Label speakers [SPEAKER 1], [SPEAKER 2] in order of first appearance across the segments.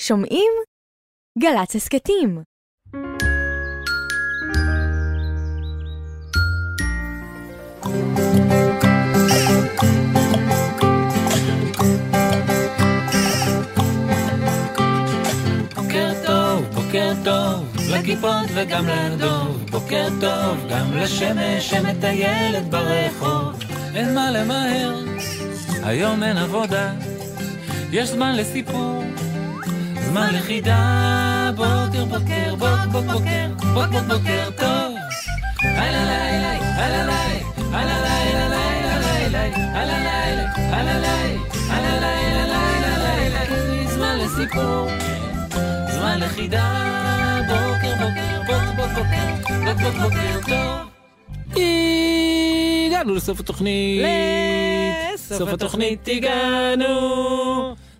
[SPEAKER 1] שומעים? גל"צ הסכתים.
[SPEAKER 2] בוקר טוב, בוקר טוב, לגיפות וגם לרדוב, בוקר טוב, גם לשמש שמטיילת ברחוב. אין מה למהר, היום אין עבודה, יש זמן לסיפור, זמן לחידה. בוקר, בוקר, בוק, בוק, בוקר, בוקר, בוקר טוב. הלא לילי, הלא לילי, הלא לילי, הלא לילי, הלא לילי, הלא לילי, הלא לילי, הלא לילי, זמן לסיפור. זמן לחידה, בוקר בוקר בוק בוק בוקר, בוק בוק בוקר טוב. הגענו לסוף התוכנית.
[SPEAKER 3] לסוף
[SPEAKER 2] סוף התוכנית הגענו.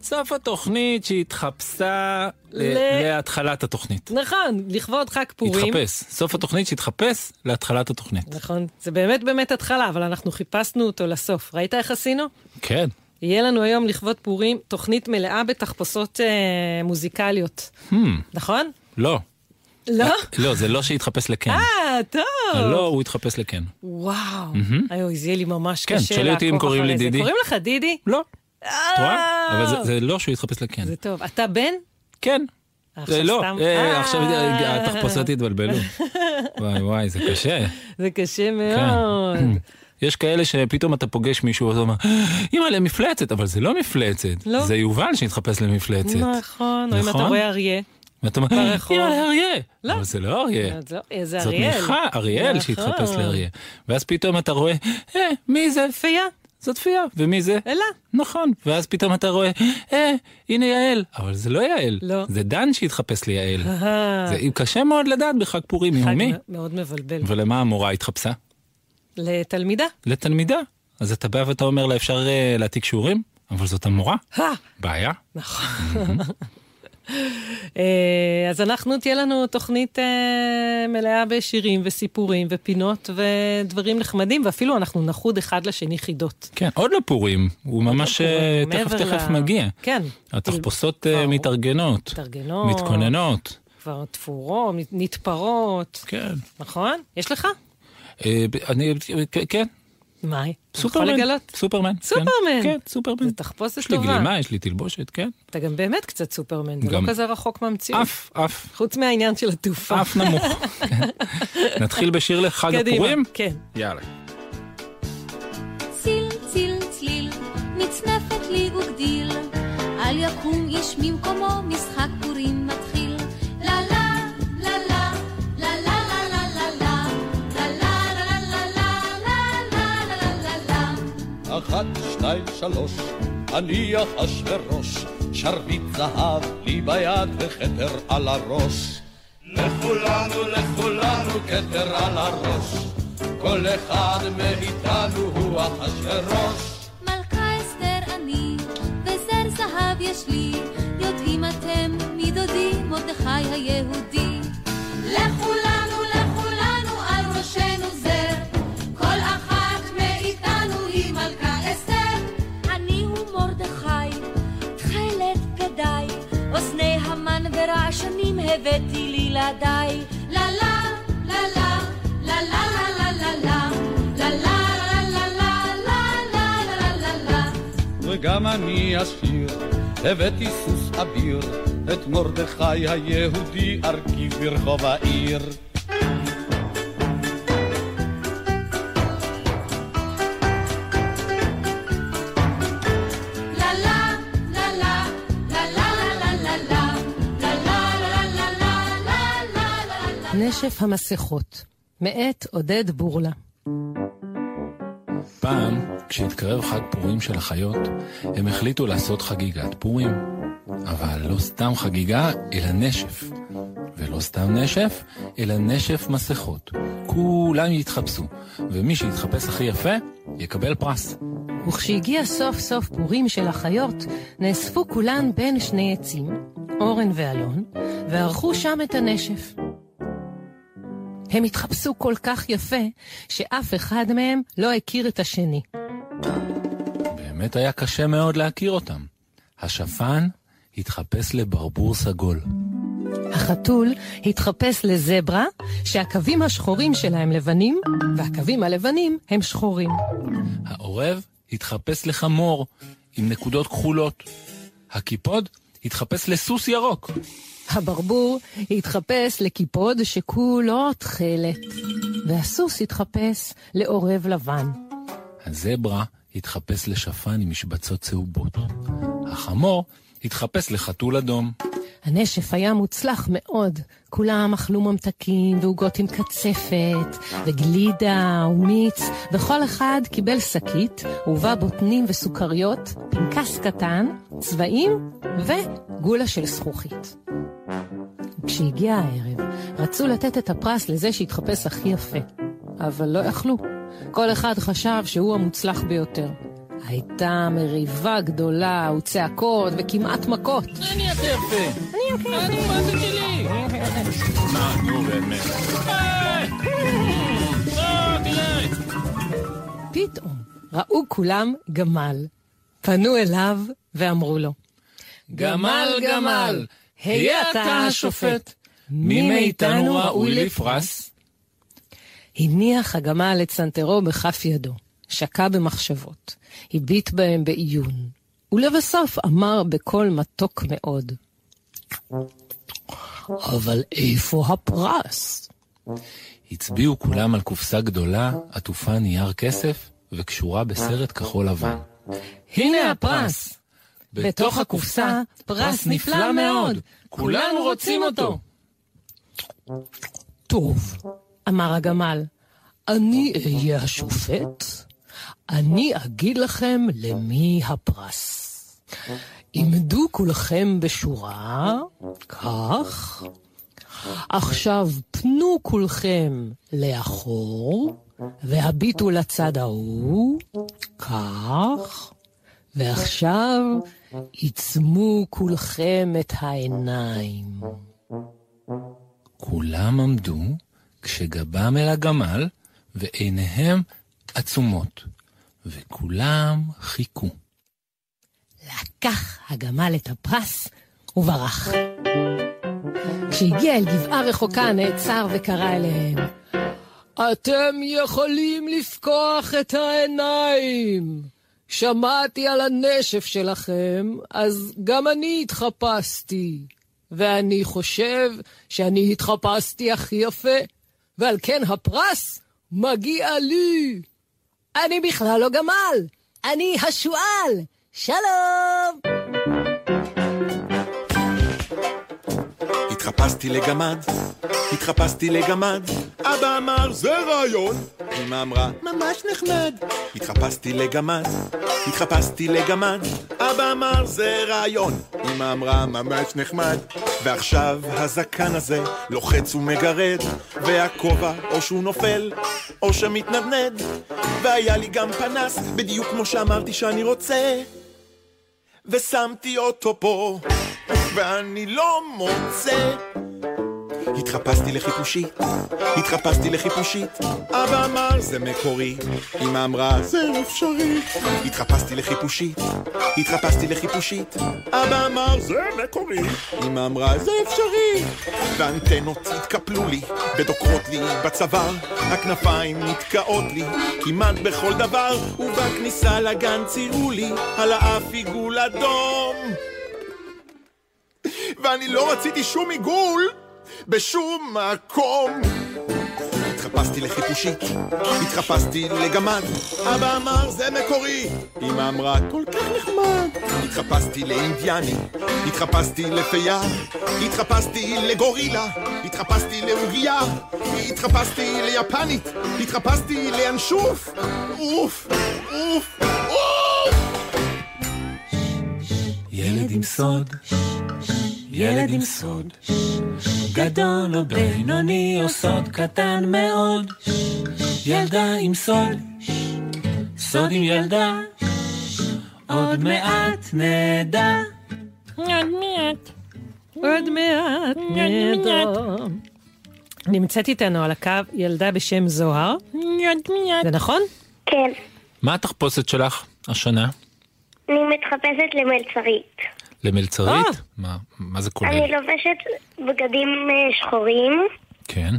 [SPEAKER 2] סוף התוכנית שהתחפשה ל-
[SPEAKER 3] ל-
[SPEAKER 2] להתחלת התוכנית.
[SPEAKER 3] נכון, לכבוד חג פורים.
[SPEAKER 2] התחפש. סוף התוכנית שהתחפש להתחלת התוכנית.
[SPEAKER 3] נכון, זה באמת באמת התחלה, אבל אנחנו חיפשנו אותו לסוף. ראית איך עשינו?
[SPEAKER 2] כן.
[SPEAKER 3] יהיה לנו היום לכבוד פורים תוכנית מלאה בתחפושות אה, מוזיקליות,
[SPEAKER 2] Hmm,
[SPEAKER 3] נכון?
[SPEAKER 2] לא.
[SPEAKER 3] לא?
[SPEAKER 2] לא, זה לא שהתחפש לקן.
[SPEAKER 3] אה, טוב.
[SPEAKER 2] לא, הוא התחפש לקן.
[SPEAKER 3] וואו. אוי, זה יהיה לי ממש
[SPEAKER 2] כן,
[SPEAKER 3] קשה
[SPEAKER 2] תשאלי אותי אם
[SPEAKER 3] לעקוב
[SPEAKER 2] קוראים לי
[SPEAKER 3] אחרי זה.
[SPEAKER 2] דידי.
[SPEAKER 3] קוראים לך דידי?
[SPEAKER 2] לא. את רואה?
[SPEAKER 3] אה,
[SPEAKER 2] אבל זה- זה לא שהוא התחפש לקן.
[SPEAKER 3] זה טוב. אתה בן?
[SPEAKER 2] כן.
[SPEAKER 3] עכשיו
[SPEAKER 2] זה לא,
[SPEAKER 3] סתם-
[SPEAKER 2] אה,
[SPEAKER 3] אה.
[SPEAKER 2] עכשיו אה, התחפושות התבלבלו. וואי וואי, זה קשה. כן.
[SPEAKER 3] זה קשה מאוד.
[SPEAKER 2] יש כאלה שפתאום אתה פוגש מישהו ואתה אומר, אימא למפלצת, אבל זה לא מפלצת,
[SPEAKER 3] לא.
[SPEAKER 2] זה יובל שהתחפש למפלצת.
[SPEAKER 3] נכון, או אם אתה
[SPEAKER 2] נכון?
[SPEAKER 3] רואה אריה.
[SPEAKER 2] ואתה אומר,
[SPEAKER 3] ברחוב.
[SPEAKER 2] אימא לאריה,
[SPEAKER 3] לא.
[SPEAKER 2] אבל זה לא אריה.
[SPEAKER 3] אז לא, אה, זה
[SPEAKER 2] זאת
[SPEAKER 3] אריאל.
[SPEAKER 2] מיכה, אריאל
[SPEAKER 3] נכון.
[SPEAKER 2] שהתחפש לאריה. ואז פתאום אתה רואה, אה, מי זה?
[SPEAKER 3] פייה,
[SPEAKER 2] זאת פייה. ומי זה?
[SPEAKER 3] אלה.
[SPEAKER 2] נכון. ואז פתאום אתה רואה, אה, הנה יעל. אבל זה לא יעל.
[SPEAKER 3] לא.
[SPEAKER 2] זה דן שהתחפש ליעל. זה קשה מאוד לדעת בחג פורים,
[SPEAKER 3] חג
[SPEAKER 2] עם מי?
[SPEAKER 3] מ- מאוד מבלבל.
[SPEAKER 2] ולמה המורה התחפשה?
[SPEAKER 3] לתלמידה.
[SPEAKER 2] לתלמידה. אז אתה בא ואתה אומר לה, אפשר אה, להעתיק שיעורים? אבל זאת המורה.
[SPEAKER 3] אה,
[SPEAKER 2] בעיה.
[SPEAKER 3] נכון. אה, אז אנחנו, תהיה לנו תוכנית אה, מלאה בשירים וסיפורים ופינות ודברים נחמדים, ואפילו אנחנו נחוד אחד לשני חידות.
[SPEAKER 2] כן, עוד לא פורים. הוא ממש אה,
[SPEAKER 3] פורים,
[SPEAKER 2] תכף
[SPEAKER 3] מעבר
[SPEAKER 2] תכף
[SPEAKER 3] ל-
[SPEAKER 2] מגיע.
[SPEAKER 3] כן.
[SPEAKER 2] התחפושות אה,
[SPEAKER 3] ברור.
[SPEAKER 2] מתארגנות.
[SPEAKER 3] מתארגנות.
[SPEAKER 2] מתכוננות.
[SPEAKER 3] כבר תפורות, נתפרות,
[SPEAKER 2] כן.
[SPEAKER 3] נכון? יש לך?
[SPEAKER 2] אה, ב- אני, אה, כן,
[SPEAKER 3] מה? אני
[SPEAKER 2] סופרמן.
[SPEAKER 3] יכול לגלות?
[SPEAKER 2] סופרמן. כן.
[SPEAKER 3] סופרמן.
[SPEAKER 2] כן, סופרמן.
[SPEAKER 3] זה תחפושת
[SPEAKER 2] יש לי
[SPEAKER 3] טובה.
[SPEAKER 2] גלימה, יש לי תלבושת, כן.
[SPEAKER 3] אתה גם באמת קצת סופרמן, זה לא
[SPEAKER 2] גם-
[SPEAKER 3] כזה רחוק מהמציאות.
[SPEAKER 2] אף, אף,
[SPEAKER 3] חוץ מהעניין של התעופה.
[SPEAKER 2] אף נמוך. כן. נתחיל בשיר לחג
[SPEAKER 3] קדימה.
[SPEAKER 2] הפורים?
[SPEAKER 3] כן.
[SPEAKER 2] יאללה.
[SPEAKER 4] ציל ציל צליל, מצנפת לי וגדיל. אל יקום איש ממקומו, משחק פורים מתחיל. לה לה, לה לה, לה לה לה לה לה לה. לה לה לה לה לה לה לה לה לה לה לה.
[SPEAKER 5] אחת, שתיים, שלוש, אני אחשורוש, שרביט זהב לי ביד וכתר על הראש. לכולנו, לכולנו כתר על הראש, כל אחד מאיתנו הוא אחשורוש.
[SPEAKER 4] מלכה אסתר אני, וזר זהב יש לי, יודעים אתם מדודי מרדכי היהודי. לכולנו, לכולנו על ראשנו זר, כל אחת מאיתנו היא מלכה אסתר. אני הוא מרדכי, תכלת בגדיי, אוזני המן ורעשנים הבאתי לילדיי. לה לה, לה לה, לה לה לה לה לה לה לה לה לה לה לה לה לה לה
[SPEAKER 5] וגם אני אשיר, הבאתי סוס אביר, את מרדכי היהודי ארכיב ברחוב העיר.
[SPEAKER 3] נשף המסכות, מאת עודד בורלה.
[SPEAKER 2] פעם, כשהתקרב חג פורים של החיות, הם החליטו לעשות חגיגת פורים. אבל לא סתם חגיגה, אלא נשף. ולא סתם נשף, אלא נשף מסכות. כולם יתחפשו, ומי שיתחפש הכי יפה, יקבל פרס.
[SPEAKER 3] וכשהגיע סוף סוף פורים של החיות, נאספו כולן בין שני עצים, אורן ואלון, וערכו שם את הנשף. הם התחפשו כל כך יפה, שאף אחד מהם לא הכיר את השני.
[SPEAKER 2] באמת היה קשה מאוד להכיר אותם. השפן התחפש לברבור סגול.
[SPEAKER 3] החתול התחפש לזברה שהקווים השחורים שלה הם לבנים והקווים הלבנים הם שחורים.
[SPEAKER 2] העורב התחפש לחמור עם נקודות כחולות. הקיפוד התחפש לסוס ירוק.
[SPEAKER 3] הברבור התחפש לקיפוד שכולו תכלת, והסוס התחפש לעורב לבן.
[SPEAKER 2] הזברה התחפש לשפן עם משבצות צהובות. החמור התחפש לחתול אדום.
[SPEAKER 3] הנשף היה מוצלח מאוד. כולם אכלו ממתקים ועוגות עם קצפת, וגלידה ומיץ, וכל אחד קיבל שקית, ובה בוטנים וסוכריות, פנקס קטן, צבעים וגולה של זכוכית. כשהגיע הערב, רצו לתת את הפרס לזה שהתחפש הכי יפה, אבל לא יכלו. כל אחד חשב שהוא המוצלח ביותר. הייתה מריבה גדולה וצעקות וכמעט מכות.
[SPEAKER 2] אני הכי יפה! אני הכי יפה! מה זה שלי? מה, נו באמת. אה,
[SPEAKER 3] פתאום ראו כולם גמל. פנו אליו ואמרו לו,
[SPEAKER 2] גמל, גמל, היה אתה השופט. מי מאיתנו ראוי לפרס?
[SPEAKER 3] הניח הגמל את סנטרו בכף ידו, שקע במחשבות, הביט בהם בעיון, ולבסוף אמר בקול מתוק מאוד, אבל איפה הפרס?
[SPEAKER 2] הצביעו כולם על קופסה גדולה, עטופה נייר כסף, וקשורה בסרט כחול לבן.
[SPEAKER 3] הנה הפרס! בתוך הקופסה, פרס נפלא מאוד! כולנו רוצים אותו! טוב, אמר הגמל, אני אהיה השופט, אני אגיד לכם למי הפרס. עמדו כולכם בשורה, כך. עכשיו פנו כולכם לאחור, והביטו לצד ההוא, כך. ועכשיו עיצמו כולכם את העיניים.
[SPEAKER 2] כולם עמדו כשגבם אל הגמל, ועיניהם עצומות, וכולם חיכו.
[SPEAKER 3] לקח הגמל את הפרס וברח. כשהגיע אל גבעה רחוקה נעצר וקרא אליהם, אתם יכולים לפקוח את העיניים! שמעתי על הנשף שלכם, אז גם אני התחפשתי. ואני חושב שאני התחפשתי הכי יפה, ועל כן הפרס מגיע לי. אני בכלל לא גמל, אני השועל. שלום!
[SPEAKER 6] התחפשתי לגמד, התחפשתי לגמד, אבא אמר זה רעיון, אמא אמרה ממש נחמד, התחפשתי לגמד, התחפשתי לגמד, אבא אמר זה רעיון, אמא אמרה ממש נחמד, ועכשיו הזקן הזה לוחץ ומגרד, והכובע או שהוא נופל, או שמתנדנד, והיה לי גם פנס, בדיוק כמו שאמרתי שאני רוצה, ושמתי אותו פה. ואני לא מוצא. התחפשתי לחיפושית, התחפשתי לחיפושית, אבא אמר זה מקורי, אמא אמרה זה אפשרי. התחפשתי לחיפושית, התחפשתי לחיפושית, אבא אמר זה מקורי, אמא אמרה זה אפשרי. והאנטנות התקפלו לי, ודוקרות לי בצוואר, הכנפיים נתקעות לי, כמעט בכל דבר, ובכניסה לגן ציירו לי, על האף עיגול אדום. ואני לא רציתי שום עיגול בשום מקום. התחפשתי לחיפושית, התחפשתי לגמד, אבא אמר זה מקורי, אמא אמרה כל כך נחמד. התחפשתי לאינדיאני, התחפשתי לפייה, התחפשתי לגורילה, התחפשתי לעוגייה, התחפשתי ליפנית, התחפשתי לאנשוף, אוף, אוף, אוף!
[SPEAKER 2] ילד עם סוד, ילד עם סוד, גדול או בינוני או סוד קטן מאוד, ילדה עם סוד, סוד עם ילדה, עוד מעט נדע.
[SPEAKER 3] עוד מעט נדע. נמצאת איתנו על הקו ילדה בשם זוהר. זה נכון?
[SPEAKER 7] כן,
[SPEAKER 2] מה התחפושת שלך השנה?
[SPEAKER 7] אני מתחפשת למלצרית.
[SPEAKER 2] למלצרית?
[SPEAKER 7] אה.
[SPEAKER 2] מה, מה זה כולל?
[SPEAKER 8] אני לובשת בגדים אה, שחורים
[SPEAKER 2] כן.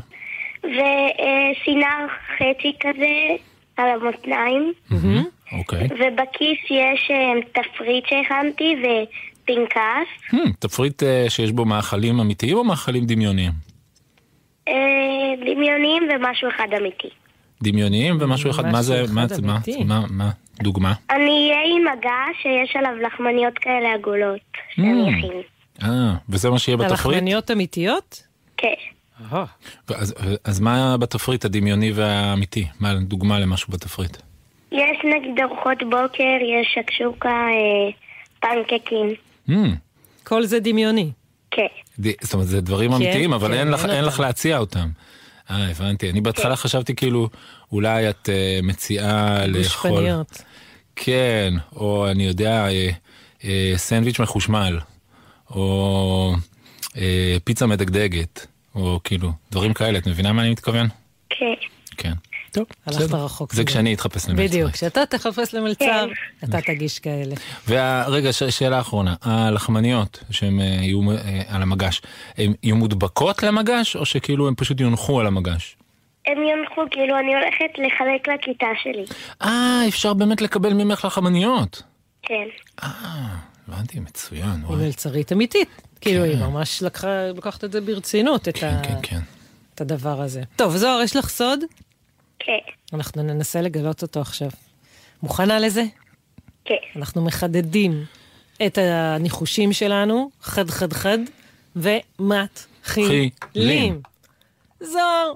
[SPEAKER 8] וסינר חצי כזה על המותניים
[SPEAKER 2] מהמם, אוקיי.
[SPEAKER 8] ובכיס יש אה, תפריט שהכנתי ופנקס.
[SPEAKER 2] Hmm, תפריט אה, שיש בו מאכלים אמיתיים או מאכלים דמיוניים?
[SPEAKER 8] אה, דמיוניים ומשהו אחד אמיתי.
[SPEAKER 2] דמיוניים ומשהו אחד, מה זה,
[SPEAKER 3] משהו
[SPEAKER 2] מה,
[SPEAKER 3] אחד
[SPEAKER 2] מה,
[SPEAKER 3] אמיתי.
[SPEAKER 2] מה, מה, דוגמה?
[SPEAKER 8] אני אהיה עם מגע שיש עליו לחמניות כאלה עגולות שאני
[SPEAKER 2] Mm.
[SPEAKER 8] אכין.
[SPEAKER 2] אה, וזה מה שיהיה בתפריט?
[SPEAKER 3] הלחמניות אמיתיות?
[SPEAKER 8] כן.
[SPEAKER 2] אז, אז מה בתפריט הדמיוני והאמיתי? מה, דוגמה למשהו בתפריט?
[SPEAKER 8] יש נגיד ארוחות בוקר, יש שקשוקה, אה, פנקקים.
[SPEAKER 2] Hmm,
[SPEAKER 3] כל זה דמיוני.
[SPEAKER 8] כן.
[SPEAKER 2] ד- זאת אומרת, זה דברים אמיתיים, אבל
[SPEAKER 3] כן,
[SPEAKER 2] אין, לך,
[SPEAKER 3] אין
[SPEAKER 2] אין
[SPEAKER 3] אותם. כן.
[SPEAKER 2] לך להציע אותם. אה, הבנתי. אני בהתחלה חשבתי כאילו, אולי את אה, מציעה לאכול...
[SPEAKER 3] גושפניות.
[SPEAKER 2] כן, או אני יודע, אה, אה, סנדוויץ' מחושמל, או אה, פיצה מדגדגת, או כאילו, דברים כאלה, את מבינה מה אני מתכוון?
[SPEAKER 8] כן.
[SPEAKER 2] כן. טוב,
[SPEAKER 3] הלכת
[SPEAKER 2] בסדר.
[SPEAKER 3] רחוק,
[SPEAKER 2] זה
[SPEAKER 3] סיגל.
[SPEAKER 2] כשאני אתחפש למלצרית.
[SPEAKER 3] בדיוק, כשאתה תחפש למלצר,
[SPEAKER 8] כן.
[SPEAKER 3] אתה תגיש כאלה.
[SPEAKER 2] ורגע, ש- שאלה אחרונה, הלחמניות שהן אה, יהיו אה, על המגש, הן יהיו מודבקות למגש, או שכאילו הן פשוט יונחו על המגש?
[SPEAKER 8] הם יונחו, כאילו אני הולכת לחלק לכיתה שלי.
[SPEAKER 2] אה, אפשר באמת לקבל ממך לחמניות.
[SPEAKER 8] כן.
[SPEAKER 2] אה, הבנתי, מצוין,
[SPEAKER 3] היא
[SPEAKER 2] וואי.
[SPEAKER 3] מלצרית אמיתית. כאילו, היא ממש לקחה, לוקחת את זה ברצינות, את ה-
[SPEAKER 2] כן, כן, כן.
[SPEAKER 3] את הדבר הזה. טוב, זוהר, יש לך סוד?
[SPEAKER 8] כן.
[SPEAKER 3] אנחנו ננסה לגלות אותו עכשיו. מוכנה לזה?
[SPEAKER 8] כן.
[SPEAKER 3] אנחנו מחדדים את הניחושים שלנו, חד חד חד, ומתחילים.
[SPEAKER 2] חילים.
[SPEAKER 3] זוהר,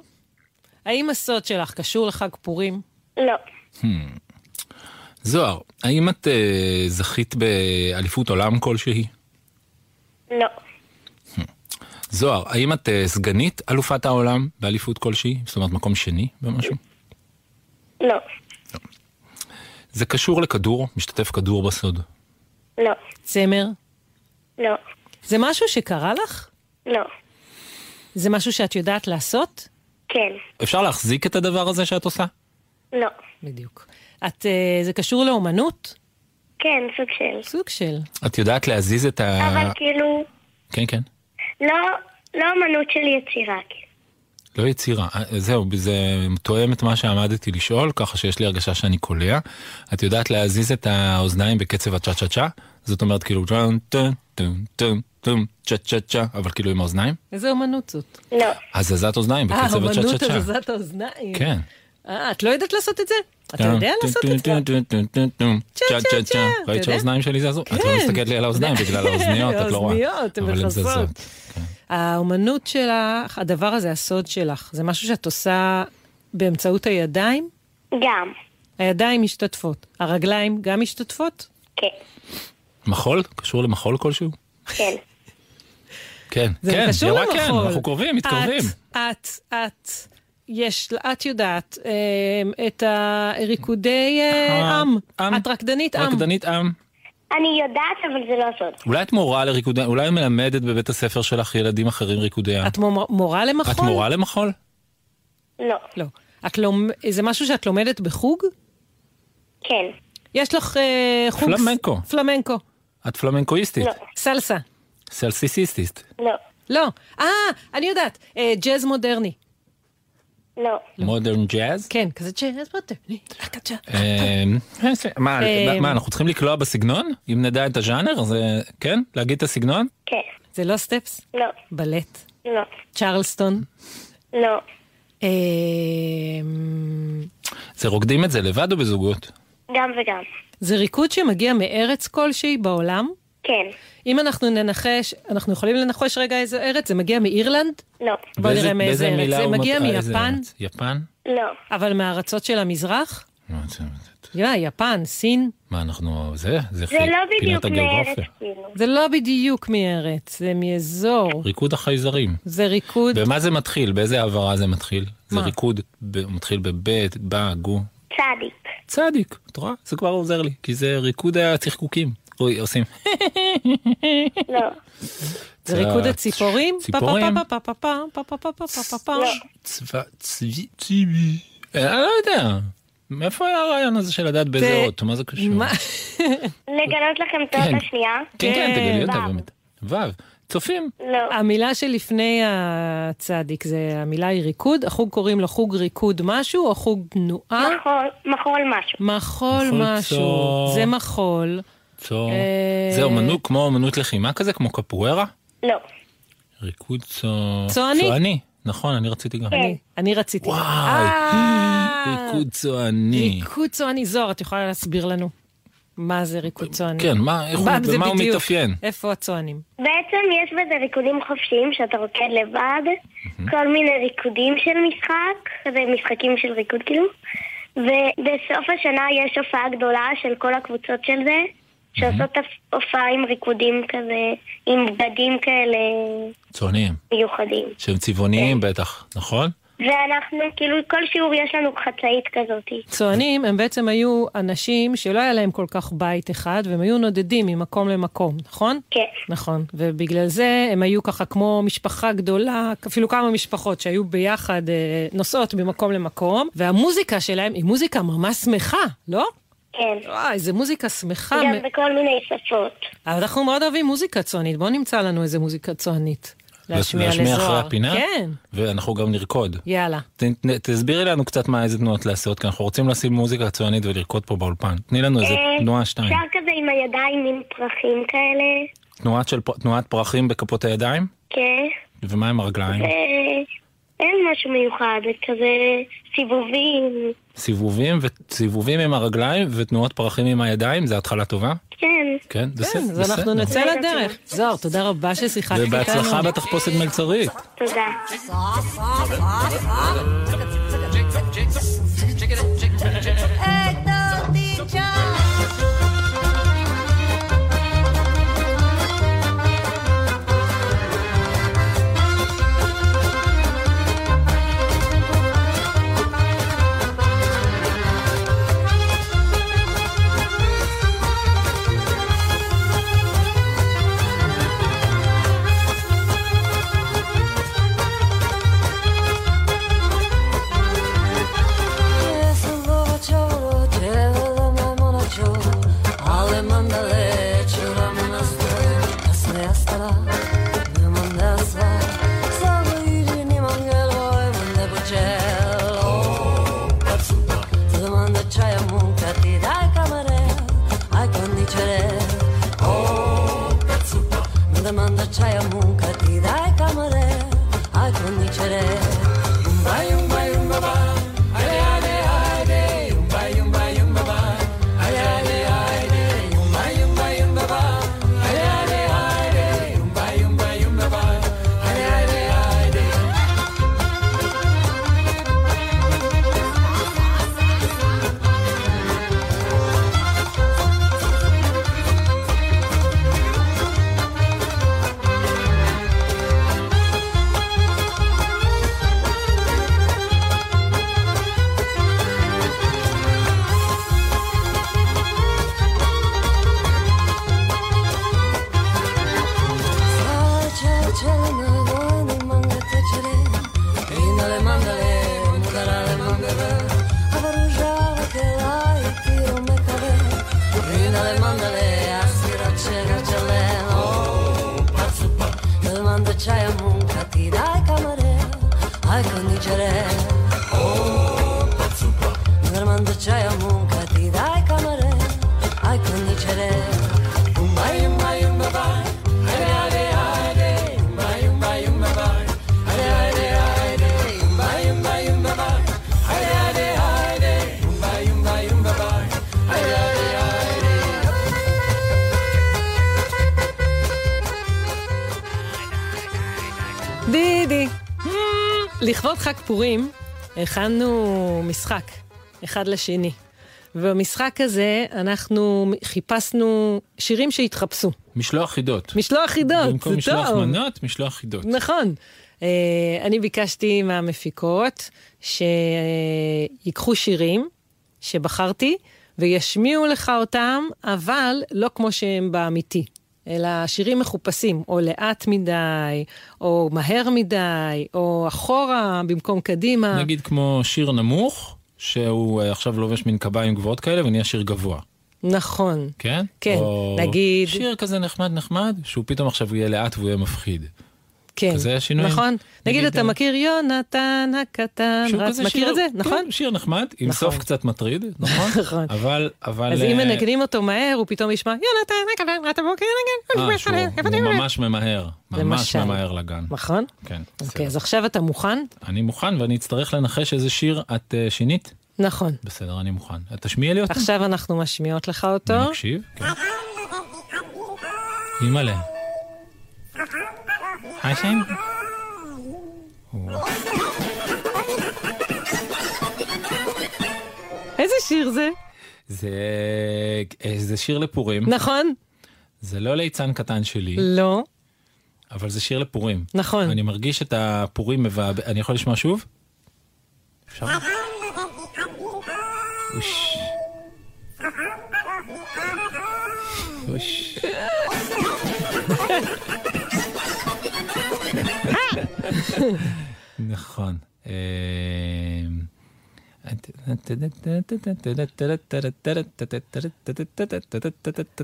[SPEAKER 3] האם הסוד שלך קשור לחג פורים?
[SPEAKER 8] לא.
[SPEAKER 2] Hmm. זוהר, האם את אה, זכית באליפות עולם כלשהי?
[SPEAKER 8] לא.
[SPEAKER 2] זוהר, האם את אה, סגנית אלופת העולם באליפות כלשהי? זאת אומרת, מקום שני במשהו?
[SPEAKER 8] לא.
[SPEAKER 2] זה קשור לכדור, משתתף כדור בסוד.
[SPEAKER 8] לא.
[SPEAKER 3] צמר?
[SPEAKER 8] לא.
[SPEAKER 3] זה משהו שקרה לך?
[SPEAKER 8] לא.
[SPEAKER 3] זה משהו שאת יודעת לעשות?
[SPEAKER 8] כן.
[SPEAKER 2] אפשר להחזיק את הדבר הזה שאת עושה?
[SPEAKER 8] לא.
[SPEAKER 3] בדיוק. את, אה, זה קשור לאומנות?
[SPEAKER 8] כן, סוג של.
[SPEAKER 3] סוג של.
[SPEAKER 2] את יודעת להזיז את ה...
[SPEAKER 8] אבל כאילו,
[SPEAKER 2] כן, כן.
[SPEAKER 8] לא, לא אמנות של יצירה. כאילו.
[SPEAKER 2] לא יצירה. אה, זהו, זה תואם את מה שעמדתי לשאול, ככה שיש לי הרגשה שאני קולע. את יודעת להזיז את האוזניים בקצב הצ'ה צ'ה צ'ה? זאת אומרת, כאילו, טון, טון, טון, טון, טון, צ'ה צ'ה צ'ה, אבל כאילו עם האוזניים?
[SPEAKER 3] איזה אומנות זאת?
[SPEAKER 8] לא.
[SPEAKER 2] הזזת אוזניים
[SPEAKER 3] אה,
[SPEAKER 2] בקצב הצ'ה צ'ה
[SPEAKER 3] אומנות
[SPEAKER 2] צ'ה.
[SPEAKER 3] הזזת האוזניים.
[SPEAKER 2] כן. אה,
[SPEAKER 3] אה, את לא יודעת לעשות את זה? אתה יודע לעשות את זה? צ'ה,
[SPEAKER 2] צ'ה צ'ה
[SPEAKER 3] צ'ה.
[SPEAKER 2] צ'ה.
[SPEAKER 3] אתה
[SPEAKER 2] ראית
[SPEAKER 3] יודע? כן.
[SPEAKER 2] שהאוזניים שלי זזו? את לא מסתכלת לי על האוזניים בגלל האוזניות, את לא רואה.
[SPEAKER 3] האוזניות, הן
[SPEAKER 2] אבל הן
[SPEAKER 3] מכסות.
[SPEAKER 2] זזות. כן.
[SPEAKER 3] האומנות שלך, הדבר הזה, הסוד שלך, זה משהו שאת עושה באמצעות הידיים?
[SPEAKER 8] גם.
[SPEAKER 3] הידיים משתתפות, הרגליים גם משתתפות?
[SPEAKER 8] כן.
[SPEAKER 2] מחול? קשור למחול כלשהו?
[SPEAKER 8] כן.
[SPEAKER 2] כן.
[SPEAKER 3] זה
[SPEAKER 2] כן,
[SPEAKER 3] קשור
[SPEAKER 2] היא אמרה
[SPEAKER 3] למחול.
[SPEAKER 2] כן, אנחנו קרובים, מתקרבים.
[SPEAKER 3] את, את, את, יש, את יודעת אה, את הריקודי
[SPEAKER 2] אה,
[SPEAKER 3] עם.
[SPEAKER 2] עם.
[SPEAKER 3] את רקדנית עם.
[SPEAKER 2] רקדנית עם.
[SPEAKER 8] אני יודעת, אבל זה לא סוד.
[SPEAKER 2] אולי את מורה לריקודי, אולי מלמדת בבית הספר שלך ילדים אחרים ריקודי עם.
[SPEAKER 3] את מור- מורה למחול?
[SPEAKER 2] את מורה למחול?
[SPEAKER 8] לא.
[SPEAKER 3] לא. את לומ... זה משהו שאת לומדת בחוג?
[SPEAKER 8] כן.
[SPEAKER 3] יש לך אה, חוג...
[SPEAKER 2] פלמנקו.
[SPEAKER 3] פלמנקו.
[SPEAKER 2] את פלמנקואיסטית.
[SPEAKER 8] לא.
[SPEAKER 3] סלסה.
[SPEAKER 2] סלסיסיסטית.
[SPEAKER 8] לא.
[SPEAKER 3] לא. אה, אני יודעת. אה, ג'אז מודרני.
[SPEAKER 8] לא.
[SPEAKER 2] מודרן ג'אז?
[SPEAKER 3] כן, כזה ג'אז מודרני. הקצ'ה.
[SPEAKER 2] אמ, מה,
[SPEAKER 3] אמ,
[SPEAKER 2] מה, אנחנו צריכים לקלוע בסגנון? אם נדע את הז'אנר, אז אה, כן? להגיד את הסגנון?
[SPEAKER 8] כן.
[SPEAKER 3] זה לא סטפס?
[SPEAKER 8] לא.
[SPEAKER 3] בלט.
[SPEAKER 8] לא.
[SPEAKER 3] צ'רלסטון.
[SPEAKER 8] לא.
[SPEAKER 3] אה, אמ,
[SPEAKER 2] זה רוקדים את זה לבד או בזוגות?
[SPEAKER 8] גם וגם.
[SPEAKER 3] זה ריקוד שמגיע מארץ כלשהי בעולם?
[SPEAKER 8] כן.
[SPEAKER 3] אם אנחנו ננחש, אנחנו יכולים לנחש רגע איזה ארץ, זה מגיע מאירלנד?
[SPEAKER 8] לא.
[SPEAKER 3] בוא
[SPEAKER 2] באיזה-
[SPEAKER 3] נראה מאיזה
[SPEAKER 2] באיזה
[SPEAKER 3] ארץ.
[SPEAKER 2] מילה
[SPEAKER 3] זה
[SPEAKER 2] הוא מת-
[SPEAKER 3] מגיע
[SPEAKER 2] אה, איזה
[SPEAKER 3] מיפן,
[SPEAKER 2] ארץ? יפן?
[SPEAKER 8] לא.
[SPEAKER 3] אבל מהארצות של המזרח?
[SPEAKER 2] מה, זה- זה-
[SPEAKER 3] יא, יפן, סין,
[SPEAKER 2] מה, אנחנו... זה? זה
[SPEAKER 8] זה
[SPEAKER 2] חי-
[SPEAKER 8] לא
[SPEAKER 2] פינת
[SPEAKER 8] בדיוק מארץ,
[SPEAKER 2] הגיאוגרפיה.
[SPEAKER 8] כאילו.
[SPEAKER 3] זה לא בדיוק מארץ, זה מאזור,
[SPEAKER 2] ריקוד החייזרים.
[SPEAKER 3] זה ריקוד,
[SPEAKER 2] במה זה מתחיל? באיזה העברה זה מתחיל? זה
[SPEAKER 3] מה?
[SPEAKER 2] ריקוד ב- מתחיל בבית, בא, גו.
[SPEAKER 8] צדיק.
[SPEAKER 2] צדיק, את רואה? זה כבר עוזר לי, כי זה ריקוד הצחקוקים. אוי, עושים.
[SPEAKER 8] לא.
[SPEAKER 3] זה ריקוד
[SPEAKER 2] צ-
[SPEAKER 3] הציפורים,
[SPEAKER 2] ציפורים.
[SPEAKER 3] פה, פה, פה, פה, פה, פה, פה, פה, פה, פה, פה, פה.
[SPEAKER 8] לא.
[SPEAKER 2] צבא, צבי, ציבי. אה, אני לא יודע. מאיפה היה הרעיון הזה של לדעת באיזה
[SPEAKER 3] זה-
[SPEAKER 2] אות? מה זה קשור?
[SPEAKER 3] מה?
[SPEAKER 8] לגלות לכם את האות
[SPEAKER 2] כן.
[SPEAKER 8] השנייה?
[SPEAKER 2] כן, כן,
[SPEAKER 3] כן.
[SPEAKER 2] תגלי אותה
[SPEAKER 8] ו'.
[SPEAKER 2] באמת. ו', צופים.
[SPEAKER 8] לא.
[SPEAKER 3] המילה שלפני הצדיק זה, המילה היא ריקוד, החוג קוראים לו חוג ריקוד משהו, או חוג תנועה.
[SPEAKER 8] מחול- מחול משהו.
[SPEAKER 3] מחול
[SPEAKER 2] מחול
[SPEAKER 3] משהו,
[SPEAKER 2] צור.
[SPEAKER 3] זה מחול.
[SPEAKER 2] צור.
[SPEAKER 3] אה,
[SPEAKER 2] זה אומנות כמו אומנות לחימה כזה, כמו קפוארה?
[SPEAKER 8] לא.
[SPEAKER 2] ריקוד צור...
[SPEAKER 3] צועני.
[SPEAKER 2] צועני, נכון, אני רציתי גם.
[SPEAKER 8] כן.
[SPEAKER 3] אני רציתי.
[SPEAKER 2] וואי,
[SPEAKER 3] אה,
[SPEAKER 2] ריקוד צועני.
[SPEAKER 3] ריקוד צועני. זוהר, את יכולה להסביר לנו מה זה ריקוד צועני?
[SPEAKER 2] כן, מה, איך הוא,
[SPEAKER 3] מה- זה
[SPEAKER 2] במה הוא
[SPEAKER 3] בדיוק.
[SPEAKER 2] מתאפיין?
[SPEAKER 3] איפה הצוענים?
[SPEAKER 8] בעצם יש בזה ריקודים חופשיים שאתה רוקד לבד, כל מיני ריקודים של משחק, זה משחקים של ריקוד כאילו, ובסוף השנה יש הופעה גדולה של כל הקבוצות של זה, שעושות הפ- הופעה עם ריקודים כזה, עם בגדים כאלה
[SPEAKER 2] צועניים,
[SPEAKER 8] מיוחדים.
[SPEAKER 2] שהם
[SPEAKER 3] כן.
[SPEAKER 2] צבעוניים בטח, נכון?
[SPEAKER 8] ואנחנו, כאילו, כל שיעור יש לנו חצאית כזאת.
[SPEAKER 3] צוענים הם בעצם היו אנשים שלא היה להם כל כך בית אחד, והם היו נודדים ממקום למקום, נכון?
[SPEAKER 8] כן.
[SPEAKER 3] נכון, ובגלל זה הם היו ככה כמו משפחה גדולה, אפילו כמה משפחות שהיו ביחד אה, נוסעות ממקום למקום, והמוזיקה שלהם היא מוזיקה ממש שמחה, לא?
[SPEAKER 8] כן.
[SPEAKER 3] וואי, זו מוזיקה שמחה.
[SPEAKER 8] גם
[SPEAKER 3] מ-
[SPEAKER 8] בכל מיני שפות.
[SPEAKER 3] אבל אנחנו מאוד אוהבים מוזיקה צוענית, בואו נמצא לנו איזה מוזיקה צוענית. להשמיע לזוהר.
[SPEAKER 2] להשמיע אחרי הפינה?
[SPEAKER 3] כן,
[SPEAKER 2] ואנחנו גם נרקוד.
[SPEAKER 3] יאללה.
[SPEAKER 2] ת- ת- תסבירי לנו קצת מה איזה תנועות לעשות, כי אנחנו רוצים לשים מוזיקה צוענית ולרקוד פה באולפן. תני לנו איזה
[SPEAKER 8] אה,
[SPEAKER 2] כן, תנועה שתיים.
[SPEAKER 8] אפשר כזה עם הידיים, מין פרחים כאלה.
[SPEAKER 2] תנועת של פ- תנועת פרחים בכפות הידיים?
[SPEAKER 8] כן.
[SPEAKER 2] ומה עם הרגליים?
[SPEAKER 8] אה, אין משהו מיוחד, זה כזה סיבובים.
[SPEAKER 2] סיבובים וסיבובים עם הרגליים ותנועות פרחים עם הידיים, זה התחלה טובה?
[SPEAKER 8] כן.
[SPEAKER 2] כן,
[SPEAKER 3] כן,
[SPEAKER 2] בסדר.
[SPEAKER 3] אז אנחנו
[SPEAKER 2] בסדר.
[SPEAKER 3] נצא לדרך. זוהר, תודה רבה ששיחקת איתנו.
[SPEAKER 2] ובהצלחה בתחפושת מלצרית.
[SPEAKER 8] תודה.
[SPEAKER 7] Demanda c'hai a munca, ti dai camare, ai condicere. Un vai, un vai, un va, va.
[SPEAKER 9] C'hai a munca, ti dai camare, ai condicere. Oh, Dormando c'hai a munca, ti dai camare, ai condicere. Un vai, un vai, un va, vai.
[SPEAKER 3] דידי. Hmm, לכבוד חג פורים, הכנו משחק, אחד לשני. ובמשחק הזה אנחנו חיפשנו שירים שהתחפשו.
[SPEAKER 2] משלוח חידות.
[SPEAKER 3] משלוח חידות,
[SPEAKER 2] במקום
[SPEAKER 3] זה
[SPEAKER 2] משלוח
[SPEAKER 3] טוב.
[SPEAKER 2] מנות, משלוח חידות.
[SPEAKER 3] נכון. אה, אני ביקשתי מהמפיקות שיקחו שירים שבחרתי וישמיעו לך אותם, אבל לא כמו שהם באמיתי. אלא שירים מחופשים, או לאט מדי, או מהר מדי, או אחורה במקום קדימה.
[SPEAKER 2] נגיד כמו שיר נמוך, שהוא אה, עכשיו לובש מין קביים גבוהות כאלה ונהיה שיר גבוה,
[SPEAKER 3] נכון.
[SPEAKER 2] כן?
[SPEAKER 3] כן,
[SPEAKER 2] או
[SPEAKER 3] נגיד-
[SPEAKER 2] שיר כזה נחמד נחמד, שהוא פתאום עכשיו יהיה לאט והוא יהיה מפחיד.
[SPEAKER 3] כן.
[SPEAKER 2] כזה שינויים.
[SPEAKER 3] נכון. נגיד,
[SPEAKER 2] נגיד,
[SPEAKER 3] אתה
[SPEAKER 2] אה,
[SPEAKER 3] מכיר יונתן הקטן,
[SPEAKER 2] שהוא
[SPEAKER 3] רץ,
[SPEAKER 2] כזה
[SPEAKER 3] מכיר
[SPEAKER 2] שיר-
[SPEAKER 3] את זה?
[SPEAKER 2] כן,
[SPEAKER 3] נכון?
[SPEAKER 2] שיר נחמד, עם
[SPEAKER 3] נכון.
[SPEAKER 2] סוף קצת מטריד, נכון?
[SPEAKER 3] נכון.
[SPEAKER 2] אבל, אבל...
[SPEAKER 3] אז אם
[SPEAKER 2] אה,
[SPEAKER 3] מנגנים אותו מהר, הוא פתאום ישמע, יונתן הקטן, רץ הבוקר, נגן,
[SPEAKER 2] אה, שהוא הוא ממש ממהר, ממש
[SPEAKER 3] למשל.
[SPEAKER 2] ממהר לגן.
[SPEAKER 3] נכון?
[SPEAKER 2] כן.
[SPEAKER 3] אוקיי, אז עכשיו אתה מוכן?
[SPEAKER 2] אני מוכן ואני אצטרך לנחש איזה שיר את אה, שינית?
[SPEAKER 3] נכון.
[SPEAKER 2] בסדר, אני מוכן. את תשמיעי לי אותו?
[SPEAKER 3] עכשיו אנחנו משמיעות לך אותו.
[SPEAKER 2] אני מקשיב? כן. אימא'לה. חשן?
[SPEAKER 3] איזה שיר זה?
[SPEAKER 2] זה אה, זה שיר לפורים.
[SPEAKER 3] נכון?
[SPEAKER 2] זה לא ליצן קטן שלי,
[SPEAKER 3] לא.
[SPEAKER 2] אבל זה שיר לפורים.
[SPEAKER 3] נכון.
[SPEAKER 2] אני מרגיש את הפורים מבעבע... אני יכול לשמוע שוב? אפשר? אוש. אוש. נכון. אמ,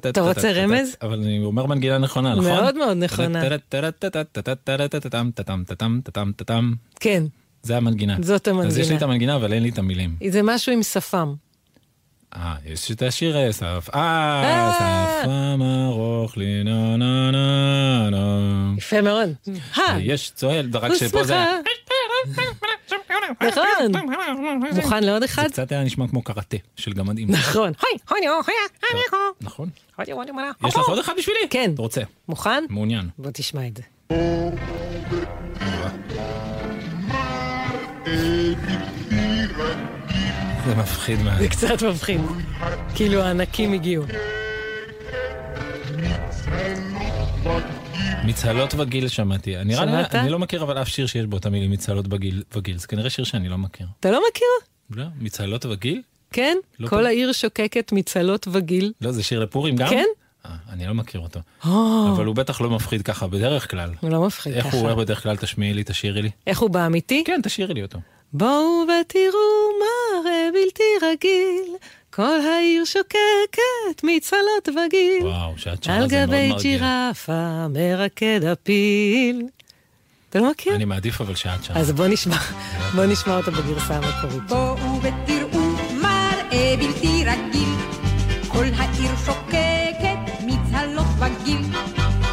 [SPEAKER 3] אתה רוצה רמז?
[SPEAKER 2] אבל אני אומר מנגינה נכונה, נכון?
[SPEAKER 3] מאוד מאוד נכונה. כן,
[SPEAKER 2] זה המנגינה.
[SPEAKER 3] זאת המנגינה.
[SPEAKER 2] אז יש לי את המנגינה, אבל אין לי את המילים.
[SPEAKER 3] זה משהו עם שפם.
[SPEAKER 2] אה, יש את השיר אה, סף. אה, שפם ארוך לי נה נה נה נה.
[SPEAKER 3] יפה מאוד. אה,
[SPEAKER 2] יש צוהל, רק
[SPEAKER 3] הוא
[SPEAKER 2] שפה זה...
[SPEAKER 3] שמחה. נכון. מוכן לעוד
[SPEAKER 2] זה
[SPEAKER 3] אחד?
[SPEAKER 2] קצת היה נשמע כמו קראטה של גמדים.
[SPEAKER 3] נכון. היי, היי, היי, היי, היי.
[SPEAKER 2] נכון.
[SPEAKER 3] הודי, הודי, הודי.
[SPEAKER 2] יש לך עוד אחד בשבילי?
[SPEAKER 3] כן.
[SPEAKER 2] רוצה.
[SPEAKER 3] מוכן?
[SPEAKER 2] מעוניין.
[SPEAKER 3] בוא תשמע את זה.
[SPEAKER 2] זה מפחיד מה...
[SPEAKER 3] זה קצת מפחיד. כאילו הענקים הגיעו.
[SPEAKER 2] מצהלות וגיל שמעתי. אני- נראה לי-
[SPEAKER 3] שמעת?
[SPEAKER 2] אני לא מכיר אבל אף שיר שיש בו את המילים מצהלות וגיל- וגיל. זה כנראה שיר שאני לא מכיר.
[SPEAKER 3] אתה לא מכיר?
[SPEAKER 2] לא? מצהלות וגיל?
[SPEAKER 3] כן?
[SPEAKER 2] לא
[SPEAKER 3] כל
[SPEAKER 2] פה.
[SPEAKER 3] העיר שוקקת מצלות וגיל.
[SPEAKER 2] לא, זה שיר לפורים גם?
[SPEAKER 3] כן?
[SPEAKER 2] אה, אני לא מכיר אותו.
[SPEAKER 3] או,
[SPEAKER 2] אבל הוא בטח לא מפחיד ככה בדרך כלל.
[SPEAKER 3] הוא לא אה. מפחיד
[SPEAKER 2] איך
[SPEAKER 3] ככה.
[SPEAKER 2] הוא אומר בדרך כלל תשמיעי לי, תשאירי לי?
[SPEAKER 3] איך הוא באמיתי?
[SPEAKER 2] כן, תשאירי לי אותו.
[SPEAKER 3] בואו ותראו מראה בלתי רגיל, כל העיר שוקקת מצלות וגיל.
[SPEAKER 2] וואו, שאת
[SPEAKER 3] על
[SPEAKER 2] שרה זה מאוד
[SPEAKER 3] גבי
[SPEAKER 2] מרגיע.
[SPEAKER 3] ג'ירפה מרקד הפיל. אתה לא מכיר?
[SPEAKER 2] אני מעדיף אבל שאת שרה.
[SPEAKER 3] אז בוא נשמע, בוא נשמע אותו בגרסה המקורית.
[SPEAKER 4] בואו ותראו מראה בלתי רגיל, כל העיר שוקקת מצהלות בגיל.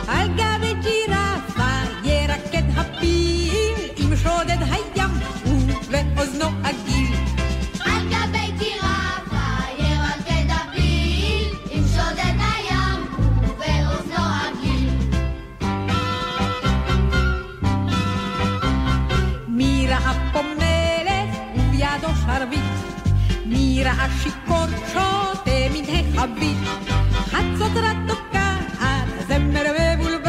[SPEAKER 4] על גבי ג'ירפה ירקד הפיל, עם שודד הים ובאוזנו עגיל.
[SPEAKER 10] על גבי ג'ירפה ירקד הפיל, עם שודד הים ובאוזנו הגיל.
[SPEAKER 4] מי ראה פה מלך ובידו שרביט? מי ראה שיכור שותה מן החבית? חצות רתוקה, זמר מבולבל,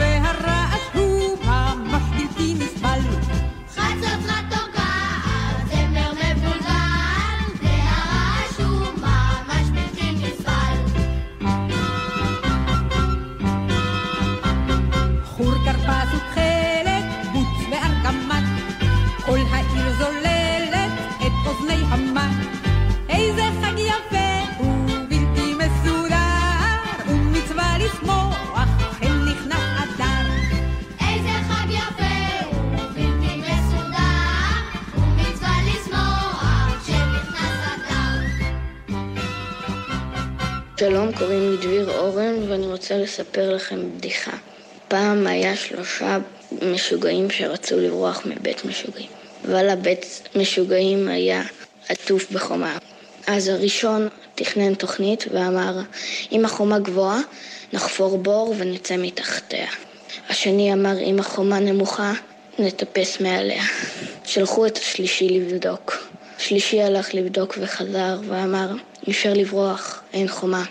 [SPEAKER 4] והרעש הוא ממש בלתי נסבל.
[SPEAKER 10] חצות רתוקה, זמר מבולגן, זה הרעש הוא ממש בלתי נסבל.
[SPEAKER 4] חור כרפס ותכלת, בוץ וארגמן. כל העיר זוללת את אוזני המן. איזה חג יפה ובלתי מסודר, ומצווה לשמוח, כן נכנס אדר.
[SPEAKER 10] איזה חג יפה הוא בלתי מסודר, ומצווה לשמוח כשנכנס אדר.
[SPEAKER 11] שלום, קוראים לי דביר אורן ואני רוצה לספר לכם בדיחה. פעם היה שלושה משוגעים שרצו לברוח מבית משוגעים, אבל הבית משוגעים היה עטוף בחומה. אז הראשון תכנן תוכנית ואמר, אם החומה גבוהה, נחפור בור ונצא מתחתיה. השני אמר, אם החומה נמוכה, נטפס מעליה. שלחו את השלישי לבדוק. השלישי הלך לבדוק וחזר ואמר, אי אפשר לברוח, אין חומה.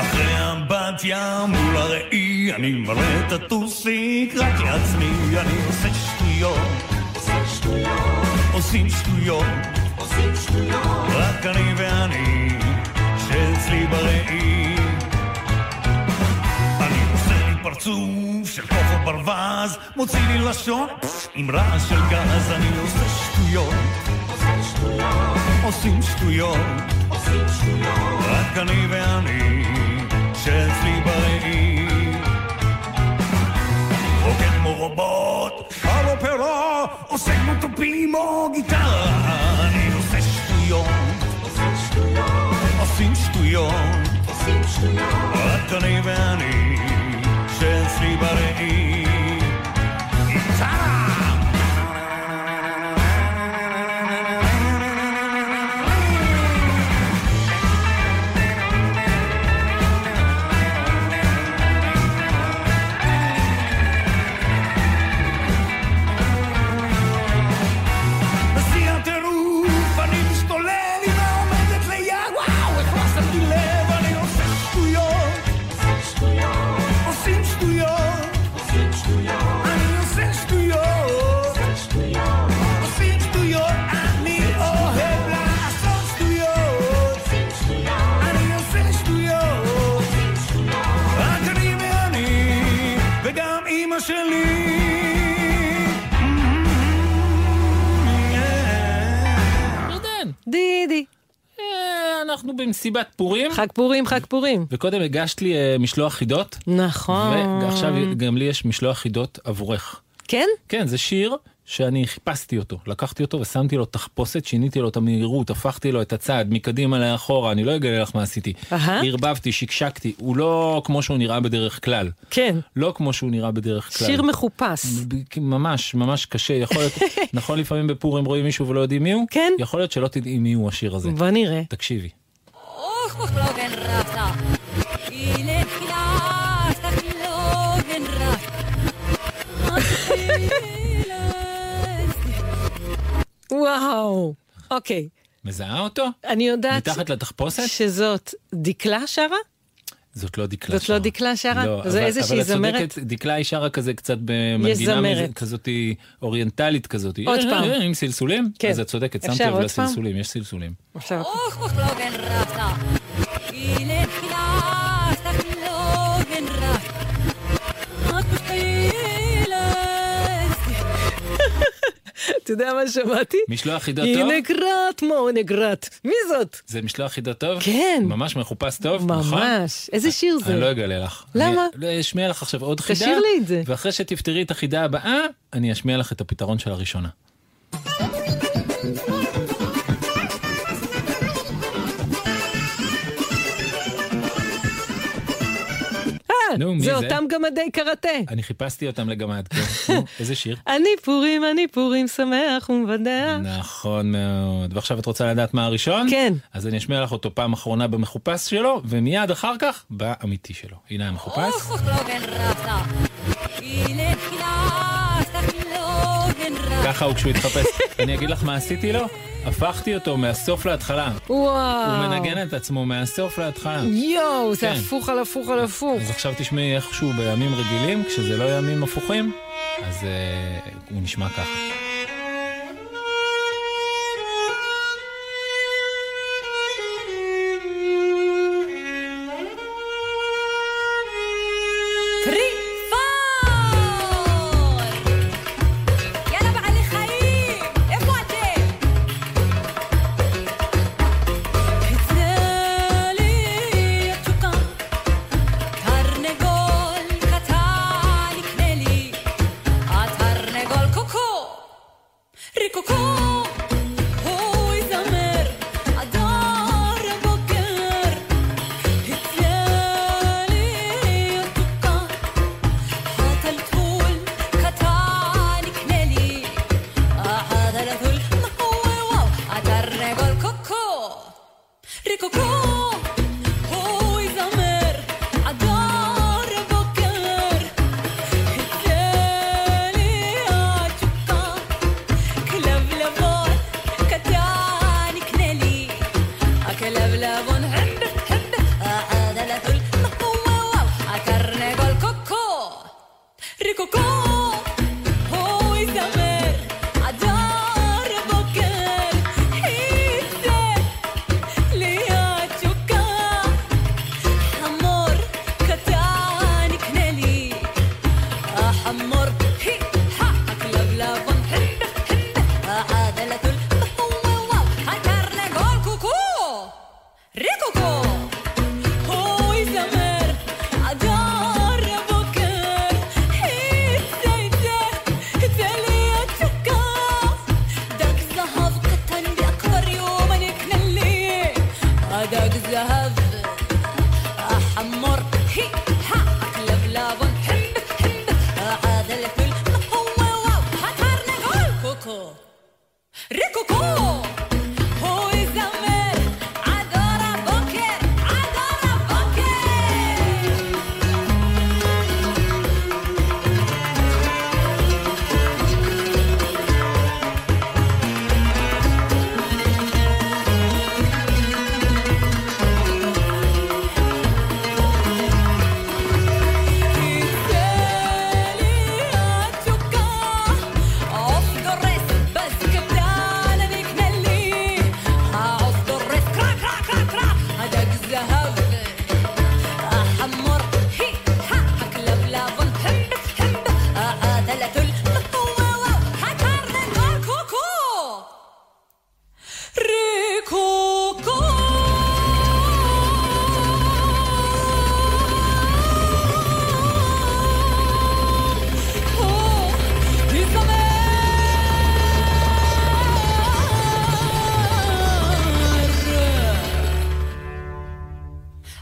[SPEAKER 12] אחרי אמבטיה מול הראי, אני מראה את הטוסיק רק לעצמי, אני עושה שטויות. עושה שטויות. עושים שטויות. עושים שטויות. רק אני ואני, שאצלי בראי. אני עושה לי פרצוף של כוכב ברווז, מוציא לי לשון, פפפ, עם רעש של גז, אני עושה שטויות. עושים שטויות. רק אני ואני, שאצלי בראי. רוקד כמו רובוט, על אופרה, עושה כמו תופים או גיטרה. אני עושה שטויות. עושים שטויות. רק אני ואני, שאצלי בראי. איתה! בשיא הטירוף, אני משתולל, היא ועומדת ליד, וואו, איך לא שמתי לב, אני עושה שטויות. עושים שטויות. אני עושה שטויות. עושים שטויות. אני אוהב לעשות שטויות. אני עושה שטויות. רק אני ואני, וגם אימא שלי.
[SPEAKER 2] ירדן,
[SPEAKER 3] דידי.
[SPEAKER 2] אה, אנחנו במסיבת פורים.
[SPEAKER 3] חג פורים, חג פורים.
[SPEAKER 2] וקודם הגשת לי אה, משלוח חידות,
[SPEAKER 3] נכון.
[SPEAKER 2] ועכשיו גם לי יש משלוח חידות עבורך.
[SPEAKER 3] כן?
[SPEAKER 2] כן, זה שיר שאני חיפשתי אותו. לקחתי אותו ושמתי לו תחפושת, שיניתי לו את המהירות, הפכתי לו את הצעד, מקדימה לאחורה, אני לא אגלה לך מה עשיתי.
[SPEAKER 3] אהה.
[SPEAKER 2] ערבבתי, שקשקתי, הוא לא כמו שהוא נראה בדרך כלל.
[SPEAKER 3] כן.
[SPEAKER 2] לא כמו שהוא נראה בדרך כלל.
[SPEAKER 3] שיר מחופש.
[SPEAKER 2] ב- ממש, ממש קשה, יכול להיות, נכון לפעמים בפורים רואים מישהו ולא יודעים מי הוא?
[SPEAKER 3] כן.
[SPEAKER 2] יכול להיות שלא תדעי מי הוא השיר הזה.
[SPEAKER 3] בוא נראה.
[SPEAKER 2] תקשיבי.
[SPEAKER 9] Klogen rasta, ile klasta klogen
[SPEAKER 3] וואו. אוקיי.
[SPEAKER 2] מזהה אותו?
[SPEAKER 3] אני יודעת...
[SPEAKER 2] מתחת לתחפושת?
[SPEAKER 3] שזאת דקלה שרה?
[SPEAKER 2] זאת לא דקלה
[SPEAKER 3] זאת לא דקלה שרה?
[SPEAKER 2] לא,
[SPEAKER 3] זה
[SPEAKER 2] אבל-
[SPEAKER 3] איזושהי
[SPEAKER 2] אבל
[SPEAKER 3] זמרת?
[SPEAKER 2] את צודקת, דקלה היא שרה כזה קצת במנגינה
[SPEAKER 3] זמרת.
[SPEAKER 2] מזה- כזאת אוריינטלית כזאת.
[SPEAKER 3] עוד
[SPEAKER 2] אה,
[SPEAKER 3] פעם.
[SPEAKER 2] אה, עם סלסולים?
[SPEAKER 3] כן.
[SPEAKER 2] אז את צודקת,
[SPEAKER 3] אפשר
[SPEAKER 2] שמת לב
[SPEAKER 3] עוד פעם?
[SPEAKER 2] לסלסולים, יש סלסולים.
[SPEAKER 3] עכשיו...
[SPEAKER 9] Och, och klogen rasta, ile klasta klogen rasta. At bestielest.
[SPEAKER 3] אתה יודע מה שמעתי?
[SPEAKER 2] משלוח חידה
[SPEAKER 3] היא
[SPEAKER 2] טוב?
[SPEAKER 3] נגרת, מו נגרת. מי זאת?
[SPEAKER 2] זה משלוח חידה טוב?
[SPEAKER 3] כן.
[SPEAKER 2] ממש מחופש טוב, נכון?
[SPEAKER 3] ממש. איזה שיר זה?
[SPEAKER 2] אני לא אגלה לך.
[SPEAKER 3] למה?
[SPEAKER 2] אני לא אשמיע לך עכשיו עוד חידה.
[SPEAKER 3] תשאיר לי את זה.
[SPEAKER 2] ואחרי שתפתרי את החידה הבאה, אני אשמיע לך את הפתרון של הראשונה.
[SPEAKER 3] אה,
[SPEAKER 2] נו, מי
[SPEAKER 3] זה
[SPEAKER 2] זה?
[SPEAKER 3] אותם גמדי קראטה.
[SPEAKER 2] אני חיפשתי אותם לגמד. כן. נו, איזה שיר?
[SPEAKER 3] אני פורים, אני פורים, שמח ומבדח.
[SPEAKER 2] נכון מאוד. ועכשיו את רוצה לדעת מה הראשון?
[SPEAKER 3] כן.
[SPEAKER 2] אז אני אשמיע לך אותו פעם אחרונה במחופש שלו, ומיד אחר כך באמיתי שלו. הנה המחופש.
[SPEAKER 9] Och, och klogen rasta, ile klasta klogen rasta.
[SPEAKER 2] ככה הוא כשהוא התחפש. אני אגיד לך מה עשיתי לו? הפכתי אותו מהסוף להתחלה. הוא
[SPEAKER 3] וואו.
[SPEAKER 2] מנגן את עצמו מהסוף להתחלה.
[SPEAKER 3] יואו, זה
[SPEAKER 2] כן.
[SPEAKER 3] הפוך על הפוך על הפוך.
[SPEAKER 2] אז עכשיו תשמעי איכשהו בימים רגילים, כשזה לא ימים הפוכים, אז אה, הוא נשמע ככה.
[SPEAKER 9] Three, four. יאללה, בעלי חיים, איפה אתם? פיצה לי יצוקה, תרנגול קטן יקנה לי, התרנגול קוקו. Ah, החמור, הי, הכלבלבון, הם, הם, עד אלפים, וואו, וואו, הקרנבל, קוקו, ריקוקו, הוא יזמר, עד אור הבוקר, עד אור הבוקר. عوف درس بس كبلان بيكمل لي عوف درس كرا كرا كرا كرا هداك الذهب حمر هي ها اكلب لافن هم هم قاتلت القوة حتر نقول كوكو ريكوكو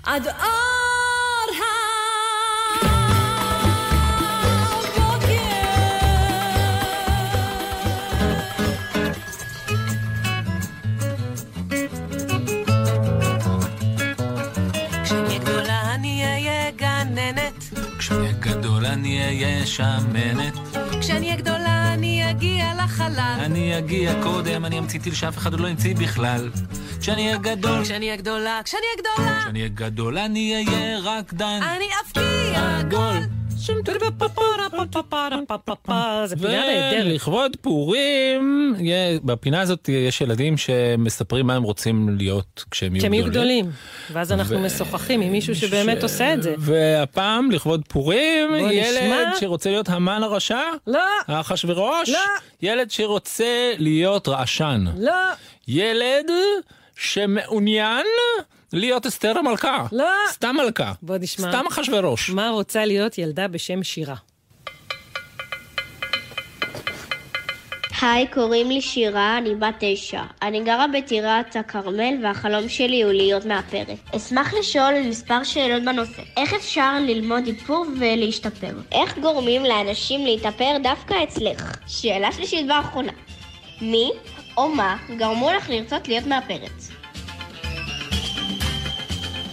[SPEAKER 9] עד אור
[SPEAKER 3] כשאני גדולה אני אהיה גננת,
[SPEAKER 2] כשאהיה גדול אני אהיה שמנת.
[SPEAKER 3] כשאני גדולה אני אגיע לחלל.
[SPEAKER 2] אני אגיע קודם, אני אמציא טיל שאף אחד עוד לא המציא בכלל. כשאני אהיה גדול,
[SPEAKER 3] כשאני אהיה גדולה, כשאני אהיה גדולה,
[SPEAKER 2] כשאני אהיה גדול אני אהיה רקדן.
[SPEAKER 3] אני אבקיע גול. שום טורי בפפרה פפפרה פפפרה זה פינה נהדרת.
[SPEAKER 2] ולכבוד כן, פורים, יה- בפינה הזאת יש ילדים שמספרים מה הם רוצים להיות כשהם יהיו
[SPEAKER 3] כשהם יהיו
[SPEAKER 2] גדולים.
[SPEAKER 3] גדולים. ואז אנחנו
[SPEAKER 2] ו-
[SPEAKER 3] משוחחים עם מישהו שבאמת עושה את זה.
[SPEAKER 2] והפעם, לכבוד פורים,
[SPEAKER 3] בוא
[SPEAKER 2] ילד
[SPEAKER 3] נשמע.
[SPEAKER 2] שרוצה להיות המן הרשע?
[SPEAKER 3] לא.
[SPEAKER 2] אחשוורוש?
[SPEAKER 3] לא.
[SPEAKER 2] ילד שרוצה להיות רעשן?
[SPEAKER 3] לא.
[SPEAKER 2] ילד שמעוניין להיות אסתר המלכה?
[SPEAKER 3] לא.
[SPEAKER 2] סתם מלכה.
[SPEAKER 3] בוא נשמע.
[SPEAKER 2] סתם אחשוורוש.
[SPEAKER 3] מה רוצה להיות ילדה בשם שירה?
[SPEAKER 13] היי, קוראים לי שירה, אני בת תשע. אני גרה בטירת הכרמל, והחלום שלי הוא להיות מאפרת. אשמח לשאול מספר שאלות בנושא. איך אפשר ללמוד איפור ולהשתפר? איך גורמים לאנשים להתאפר דווקא אצלך? שאלה שלישית והאחרונה. מי או מה גרמו לך לרצות להיות מאפרת?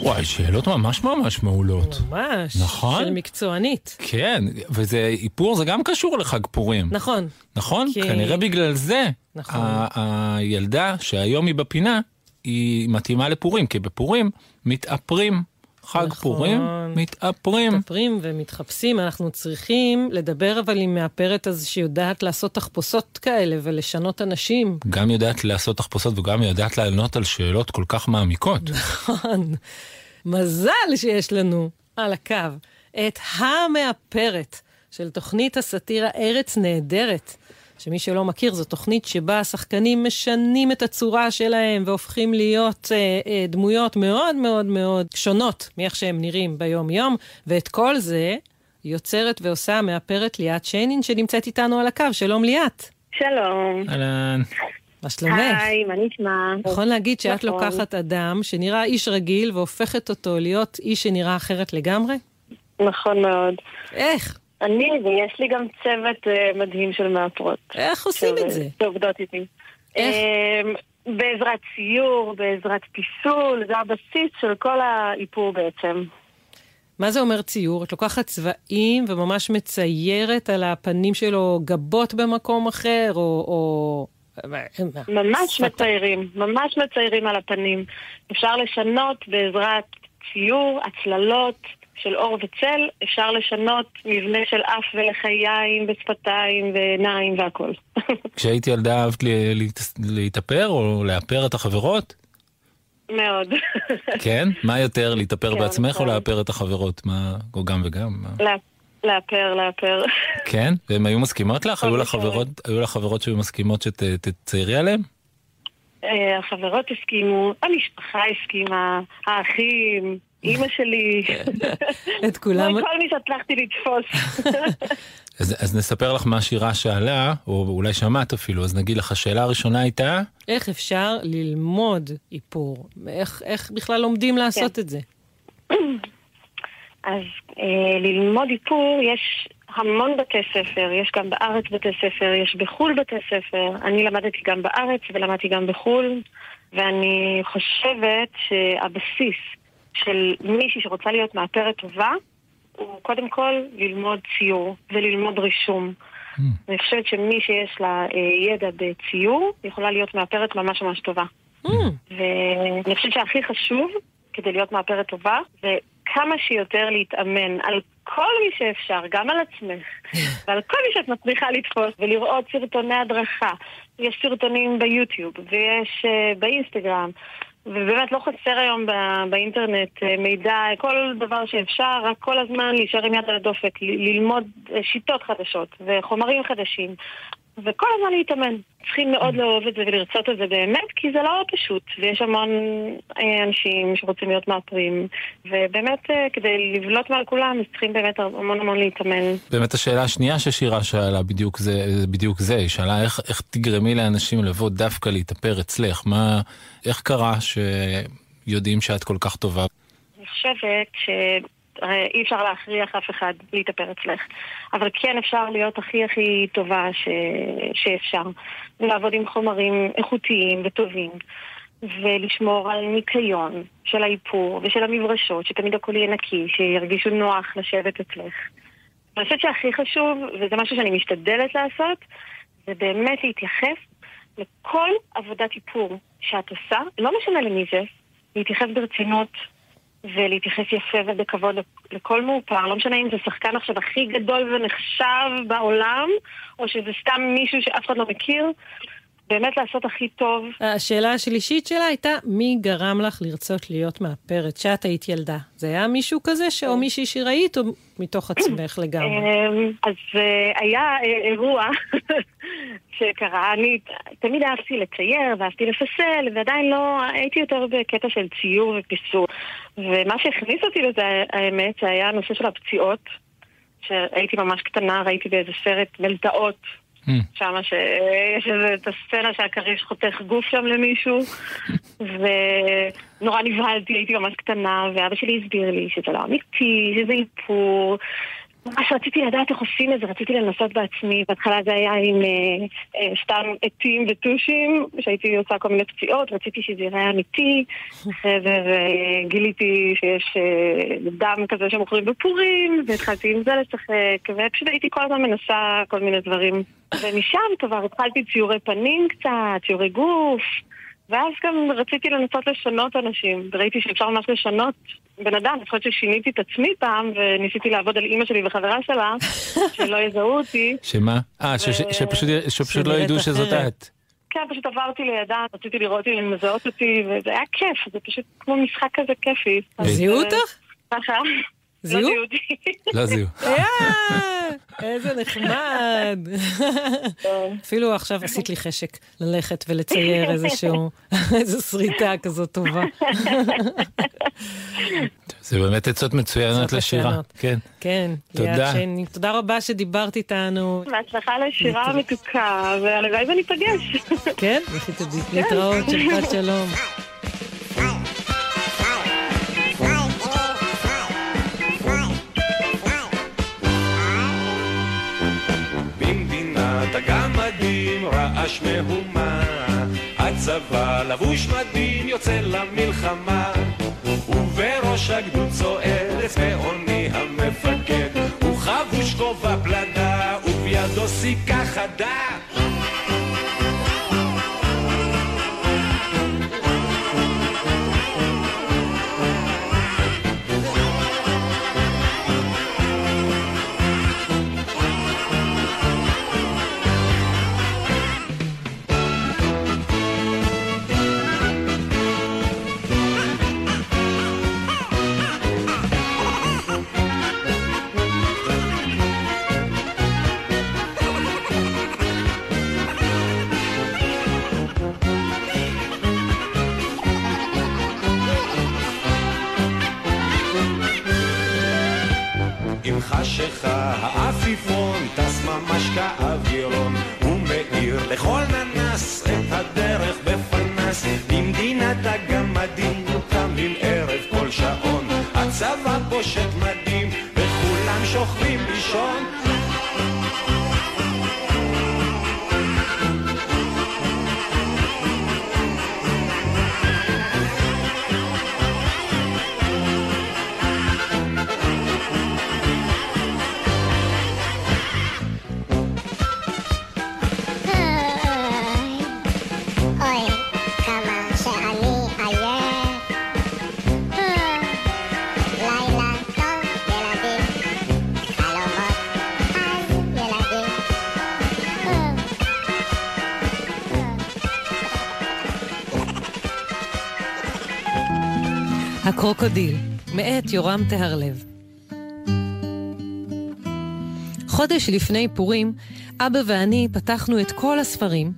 [SPEAKER 2] וואי, שאלות ממש ממש מעולות.
[SPEAKER 3] לא. ממש.
[SPEAKER 2] נכון?
[SPEAKER 3] של מקצוענית.
[SPEAKER 2] כן, וזה איפור, זה גם קשור לחג פורים.
[SPEAKER 3] נכון.
[SPEAKER 2] נכון?
[SPEAKER 3] כי-
[SPEAKER 2] כנראה בגלל זה,
[SPEAKER 3] נכון.
[SPEAKER 2] ה- הילדה שהיום היא בפינה, היא מתאימה לפורים, כי בפורים מתאפרים. חג
[SPEAKER 3] נכון.
[SPEAKER 2] פורים, מתאפרים.
[SPEAKER 3] מתאפרים ומתחפשים, אנחנו צריכים לדבר אבל עם מאפרת הזו שיודעת לעשות תחפושות כאלה ולשנות אנשים.
[SPEAKER 2] גם יודעת לעשות תחפושות וגם יודעת לענות על שאלות כל כך מעמיקות.
[SPEAKER 3] נכון. מזל שיש לנו על הקו את המאפרת של תוכנית הסאטירה ארץ נהדרת. שמי שלא מכיר, זו תוכנית שבה השחקנים משנים את הצורה שלהם והופכים להיות אה, אה, דמויות מאוד מאוד מאוד שונות מאיך שהם נראים ביום-יום, ואת כל זה יוצרת ועושה המאפרת ליאת שיינין, שנמצאת איתנו על הקו. שלום ליאת.
[SPEAKER 14] שלום.
[SPEAKER 2] אהלן.
[SPEAKER 3] מה שלומך?
[SPEAKER 14] היי, מה נשמע?
[SPEAKER 3] נכון להגיד שאת
[SPEAKER 14] נכון.
[SPEAKER 3] לוקחת אדם שנראה איש רגיל והופכת אותו להיות איש שנראה אחרת לגמרי?
[SPEAKER 14] נכון מאוד.
[SPEAKER 3] איך?
[SPEAKER 14] אני, ויש לי גם צוות אה, מדהים של מאפרות.
[SPEAKER 3] איך עושים
[SPEAKER 14] של- אה,
[SPEAKER 3] את זה?
[SPEAKER 14] שעובדות איתי.
[SPEAKER 3] איך?
[SPEAKER 14] אמ, בעזרת ציור, בעזרת פיסול, זה הבסיס של כל האיפור בעצם.
[SPEAKER 3] מה זה אומר ציור? את לוקחת צבעים וממש מציירת על הפנים שלו גבות במקום אחר, או... או...
[SPEAKER 14] ממש
[SPEAKER 3] שפת-
[SPEAKER 14] מציירים, ממש מציירים על הפנים. אפשר לשנות בעזרת ציור, הצללות של עור וצל, אפשר לשנות מבנה של אף ולחיים ושפתיים ועיניים והכל.
[SPEAKER 2] כשהייתי ילדה אהבת לי- להת- להתאפר או לאפר את החברות?
[SPEAKER 14] מאוד.
[SPEAKER 2] כן? מה יותר, להתאפר
[SPEAKER 14] כן,
[SPEAKER 2] בעצמך
[SPEAKER 3] נכון.
[SPEAKER 2] או
[SPEAKER 14] כן.
[SPEAKER 2] לאפר את החברות? מה, או גם וגם? מה?
[SPEAKER 14] לאפ- לאפר, לאפר.
[SPEAKER 2] כן? והן היו מסכימות לך? היו לך חברות, היו לך חברות שהיו מסכימות שתציירי עליהן?
[SPEAKER 14] אה, החברות הסכימו, המשפחה הסכימה, האחים, אימא שלי.
[SPEAKER 3] כן. את כולם...
[SPEAKER 14] כל מי שהצלחתי לתפוס.
[SPEAKER 2] אז, אז נספר לך מה השירה שאלה, או אולי שמעת אפילו, אז נגיד לך, השאלה הראשונה הייתה,
[SPEAKER 3] איך אפשר ללמוד איפור? איך, איך בכלל
[SPEAKER 14] כן.
[SPEAKER 3] לומדים לעשות את זה?
[SPEAKER 14] אז אה, ללמוד איפור, יש המון בתי ספר, יש גם בארץ בתי ספר, יש בחו"ל בתי ספר. אני למדתי גם בארץ ולמדתי גם בחו"ל, ואני חושבת שהבסיס של מישהי שרוצה להיות מאפרת טובה, הוא קודם כל ללמוד ציור וללמוד רישום. Mm. אני חושבת שמי שיש לה אה, ידע בציור, יכולה להיות מאפרת ממש ממש טובה. Mm. ואני חושבת שהכי חשוב כדי להיות מאפרת טובה, זה כמה שיותר להתאמן על כל מי שאפשר, גם על עצמך, ועל כל מי שאת מצליחה לתפוס, ולראות סרטוני הדרכה. יש סרטונים ביוטיוב, ויש uh, באינסטגרם, ובאמת לא חסר היום ב- באינטרנט uh, מידע, כל דבר שאפשר, רק כל הזמן להישאר עם יד על הדופק, ל- ללמוד uh, שיטות חדשות, וחומרים חדשים. וכל הזמן להתאמן. צריכים מאוד לאהוב את זה ולרצות את זה באמת, כי זה לא פשוט, ויש המון אה, אנשים שרוצים להיות מאפרים, ובאמת, אה, כדי לבלוט מעל כולם, אז צריכים באמת המון המון להתאמן.
[SPEAKER 2] באמת השאלה השנייה ששירה שאלה בדיוק זה, זה בדיוק זה, היא שאלה איך, איך תגרמי לאנשים לבוא דווקא להתאפר אצלך, מה, איך קרה שיודעים שאת כל כך טובה?
[SPEAKER 14] אני חושבת ש... הרי אי אפשר להכריח אף אחד להתאפר אצלך. אבל כן אפשר להיות הכי הכי טובה ש... שאפשר. לעבוד עם חומרים איכותיים וטובים, ולשמור על ניקיון של האיפור ושל המברשות, שתמיד הכל יהיה נקי, שירגישו נוח לשבת אצלך. אני חושבת שהכי חשוב, וזה משהו שאני משתדלת לעשות, זה באמת להתייחס לכל עבודת איפור שאת עושה, לא משנה למי זה, להתייחס ברצינות, ולהתייחס יפה ובכבוד לכל מאופר, לא משנה אם זה שחקן עכשיו הכי גדול ונחשב בעולם, או שזה סתם מישהו שאף אחד לא מכיר, באמת לעשות הכי טוב.
[SPEAKER 3] השאלה השלישית שלה הייתה, מי גרם לך לרצות להיות מאפרת? שאת היית ילדה. זה היה מישהו כזה, ש...
[SPEAKER 14] כן.
[SPEAKER 3] או מישהי שראית, או מתוך עצמך לגמרי?
[SPEAKER 14] אה, אמ, אז אה, היה אירוע שקרה. אני תמיד אהבתי לצייר, ואהבתי לפסל, ועדיין לא הייתי יותר בקטע של ציור ופיסור. ומה שהכניס אותי לזה, האמת, זה היה הנושא של הפציעות. שהייתי ממש קטנה, ראיתי באיזה סרט מלטעות שמה שיש איזה את הסצנה שהכריש חותך גוף שם למישהו, ונורא נבהלתי, הייתי ממש קטנה, ואבא שלי הסביר לי שזה לא אמיתי, שזה איפור. ממש רציתי לדעת איך עושים את זה, רציתי לנסות בעצמי. בהתחלה זה היה עם אה, אה, סתם עטים וטושים, שהייתי עושה כל מיני פציעות, רציתי שזה יראה אמיתי. אחרי זה גיליתי שיש אה, דם כזה שמוכרים בפורים, והתחלתי עם זה לשחק, ופשוט הייתי כל הזמן מנסה כל מיני דברים. ומשם כבר התחלתי ציורי פנים קצת, ציורי גוף. ואז גם רציתי לנסות לשנות אנשים, וראיתי שאפשר ממש לשנות בן אדם, לפחות ששיניתי את עצמי פעם, וניסיתי לעבוד על אימא שלי וחברה שלה, שלא יזהו אותי.
[SPEAKER 2] שמה? אה, שפשוט לא ידעו שזאת את.
[SPEAKER 14] כן, פשוט עברתי לידה, רציתי לראות אם הן מזהות אותי, וזה היה כיף, זה פשוט כמו משחק כזה כיפי.
[SPEAKER 3] זיהו אותך?
[SPEAKER 14] ככה.
[SPEAKER 3] זיהו?
[SPEAKER 14] לא זיהו אותי.
[SPEAKER 2] לא זיהו.
[SPEAKER 3] איזה נחמד. אפילו עכשיו עשית לי חשק ללכת ולצייר איזשהו, איזו שריטה כזאת טובה.
[SPEAKER 2] זה באמת עצות מצוינות לשירה. כן.
[SPEAKER 3] כן.
[SPEAKER 2] תודה.
[SPEAKER 3] תודה רבה שדיברת איתנו.
[SPEAKER 14] בהצלחה לשירה המתוקה, והלוואי וניפגש.
[SPEAKER 3] כן? לכי תדעי. להתראות, שבת שלום.
[SPEAKER 10] את הגמדים רעש מהומה, הצבא לבוש מדים יוצא למלחמה, ובראש הגדוד צועד צבעוני המפקד, הוא חבוש כובע פלדה ובידו סיכה חדה. עם חשיכה, העפיפון טס ממש כאווירון, הוא מאיר לכל ננס את הדרך בפנס, במדינת הגמדים קמים ערב כל שעון, הצבא פושט מדים וכולם שוכבים לישון.
[SPEAKER 15] אוי, אוי, כמה שאני עייף. אה, לילה טוב, ילדים. חלומות, אז ילדים. אה.
[SPEAKER 3] הקרוקודיל, מאת יורם טהרלב. חודש לפני פורים, אבא ואני פתחנו את כל הספרים,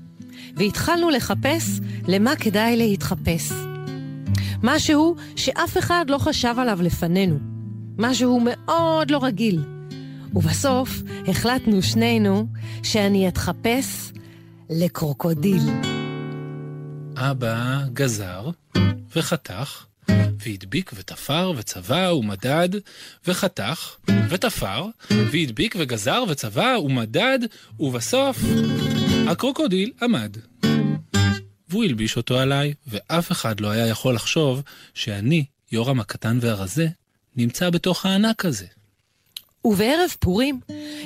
[SPEAKER 3] והתחלנו לחפש למה כדאי להתחפש. משהו שאף אחד לא חשב עליו לפנינו. משהו מאוד לא רגיל. ובסוף החלטנו שנינו שאני אתחפש לקרוקודיל.
[SPEAKER 2] אבא גזר וחתך והדביק ותפר וצבע ומדד וחתך ותפר והדביק וגזר וצבע ומדד ובסוף הקרוקודיל עמד. והוא הלביש אותו עליי ואף אחד לא היה יכול לחשוב שאני, יורם הקטן והרזה, נמצא בתוך הענק הזה.
[SPEAKER 3] ובערב פורים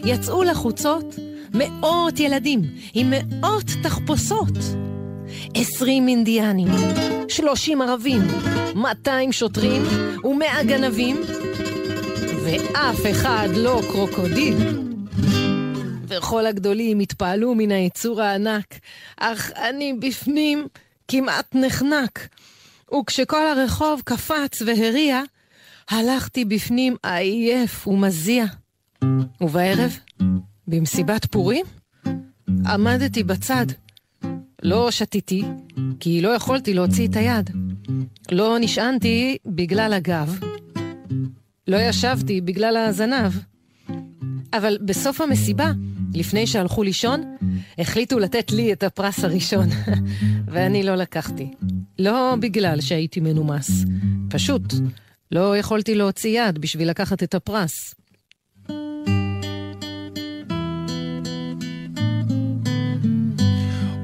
[SPEAKER 3] יצאו לחוצות מאות ילדים עם מאות תחפושות. עשרים אינדיאנים, שלושים ערבים, 200 שוטרים ומאה גנבים, ואף אחד לא קרוקודיל. וכל הגדולים התפעלו מן היצור הענק, אך אני בפנים כמעט נחנק. וכשכל הרחוב קפץ והריע, הלכתי בפנים עייף ומזיע. ובערב, במסיבת פורים, עמדתי בצד. לא שתיתי, כי לא יכולתי להוציא את היד. לא נשענתי בגלל הגב. לא ישבתי בגלל הזנב. אבל בסוף המסיבה, לפני שהלכו לישון, החליטו לתת לי את הפרס הראשון. ואני לא לקחתי. לא בגלל שהייתי מנומס. פשוט, לא יכולתי להוציא יד בשביל לקחת את הפרס.